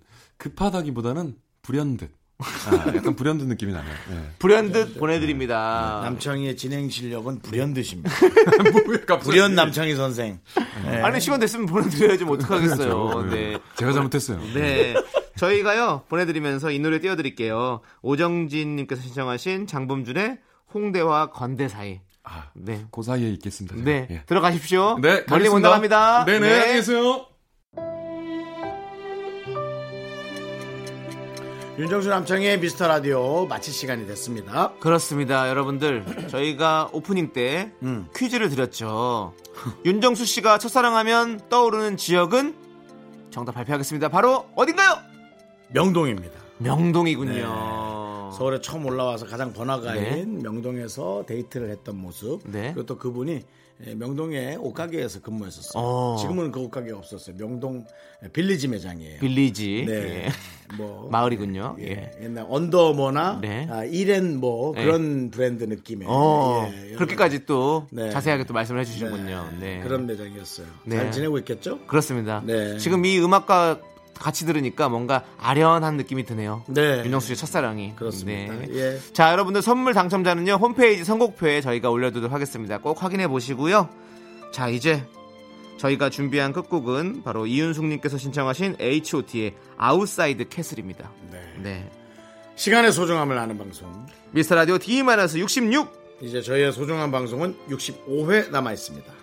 [SPEAKER 5] 급하다기보다는 불현듯. 아, 약간 불현듯 느낌이 나네요. 네.
[SPEAKER 2] 불현듯 보내드립니다.
[SPEAKER 1] 남창희의 진행 실력은 불현듯입니다.
[SPEAKER 5] 그러니까
[SPEAKER 1] 불현 남창희 선생.
[SPEAKER 2] 네.
[SPEAKER 5] 네.
[SPEAKER 2] 아니, 시간 됐으면 보내드려야지 뭐
[SPEAKER 5] 그렇죠.
[SPEAKER 2] 어떡하겠어요. 네.
[SPEAKER 5] 제가 잘못했어요.
[SPEAKER 2] 네. 저희가요, 보내드리면서 이 노래 띄워드릴게요. 오정진님께서 신청하신 장범준의 홍대와 건대 사이.
[SPEAKER 5] 아,
[SPEAKER 2] 네.
[SPEAKER 5] 그 사이에 있겠습니다. 제가.
[SPEAKER 2] 네.
[SPEAKER 5] 예.
[SPEAKER 2] 들어가십시오.
[SPEAKER 5] 네,
[SPEAKER 2] 멀리 못
[SPEAKER 5] 가겠습니다.
[SPEAKER 2] 나갑니다.
[SPEAKER 5] 네네, 안녕히 계세요.
[SPEAKER 1] 윤정수 남창희의 미스터 라디오 마칠 시간이 됐습니다.
[SPEAKER 2] 그렇습니다, 여러분들. 저희가 오프닝 때
[SPEAKER 5] 음.
[SPEAKER 2] 퀴즈를 드렸죠. 윤정수 씨가 첫사랑하면 떠오르는 지역은 정답 발표하겠습니다. 바로 어딘가요?
[SPEAKER 1] 명동입니다.
[SPEAKER 2] 명동이군요.
[SPEAKER 1] 서울에 처음 올라와서 가장 번화가인
[SPEAKER 2] 네.
[SPEAKER 1] 명동에서 데이트를 했던 모습.
[SPEAKER 2] 네.
[SPEAKER 1] 그리고 또 그분이 에, 명동의 옷가게에서 근무했었어요.
[SPEAKER 2] 어.
[SPEAKER 1] 지금은 그 옷가게가 없었어요. 명동 빌리지 매장이에요.
[SPEAKER 2] 빌리지.
[SPEAKER 1] 네.
[SPEAKER 2] 예.
[SPEAKER 1] 뭐
[SPEAKER 2] 마을이군요.
[SPEAKER 1] 예.
[SPEAKER 2] 예.
[SPEAKER 1] 옛날 언더머나
[SPEAKER 2] 네.
[SPEAKER 1] 아, 이렌 뭐
[SPEAKER 2] 네.
[SPEAKER 1] 그런 브랜드 느낌의
[SPEAKER 2] 어,
[SPEAKER 1] 예, 여러
[SPEAKER 2] 그렇게까지 또
[SPEAKER 1] 네.
[SPEAKER 2] 자세하게 또 말씀을
[SPEAKER 1] 가지.
[SPEAKER 2] 해주시는군요. 네.
[SPEAKER 1] 그런 매장이었어요.
[SPEAKER 2] 네.
[SPEAKER 1] 잘 지내고 있겠죠?
[SPEAKER 2] 그렇습니다.
[SPEAKER 1] 네.
[SPEAKER 2] 지금 이 음악과 같이 들으니까 뭔가 아련한 느낌이 드네요.
[SPEAKER 1] 네.
[SPEAKER 2] 윤정수 씨의 첫사랑이.
[SPEAKER 1] 그렇습니다.
[SPEAKER 2] 네.
[SPEAKER 1] 예.
[SPEAKER 2] 자, 여러분들 선물 당첨자는요. 홈페이지 선곡표에 저희가 올려두도록 하겠습니다. 꼭 확인해 보시고요. 자, 이제 저희가 준비한 끝곡은 바로 이윤숙님께서 신청하신 H.O.T의 아웃사이드 캐슬입니다.
[SPEAKER 1] 네.
[SPEAKER 2] 네.
[SPEAKER 1] 시간의 소중함을 아는 방송.
[SPEAKER 2] 미스터 라디오 D-66
[SPEAKER 1] 이제 저희의 소중한 방송은 65회 남아 있습니다.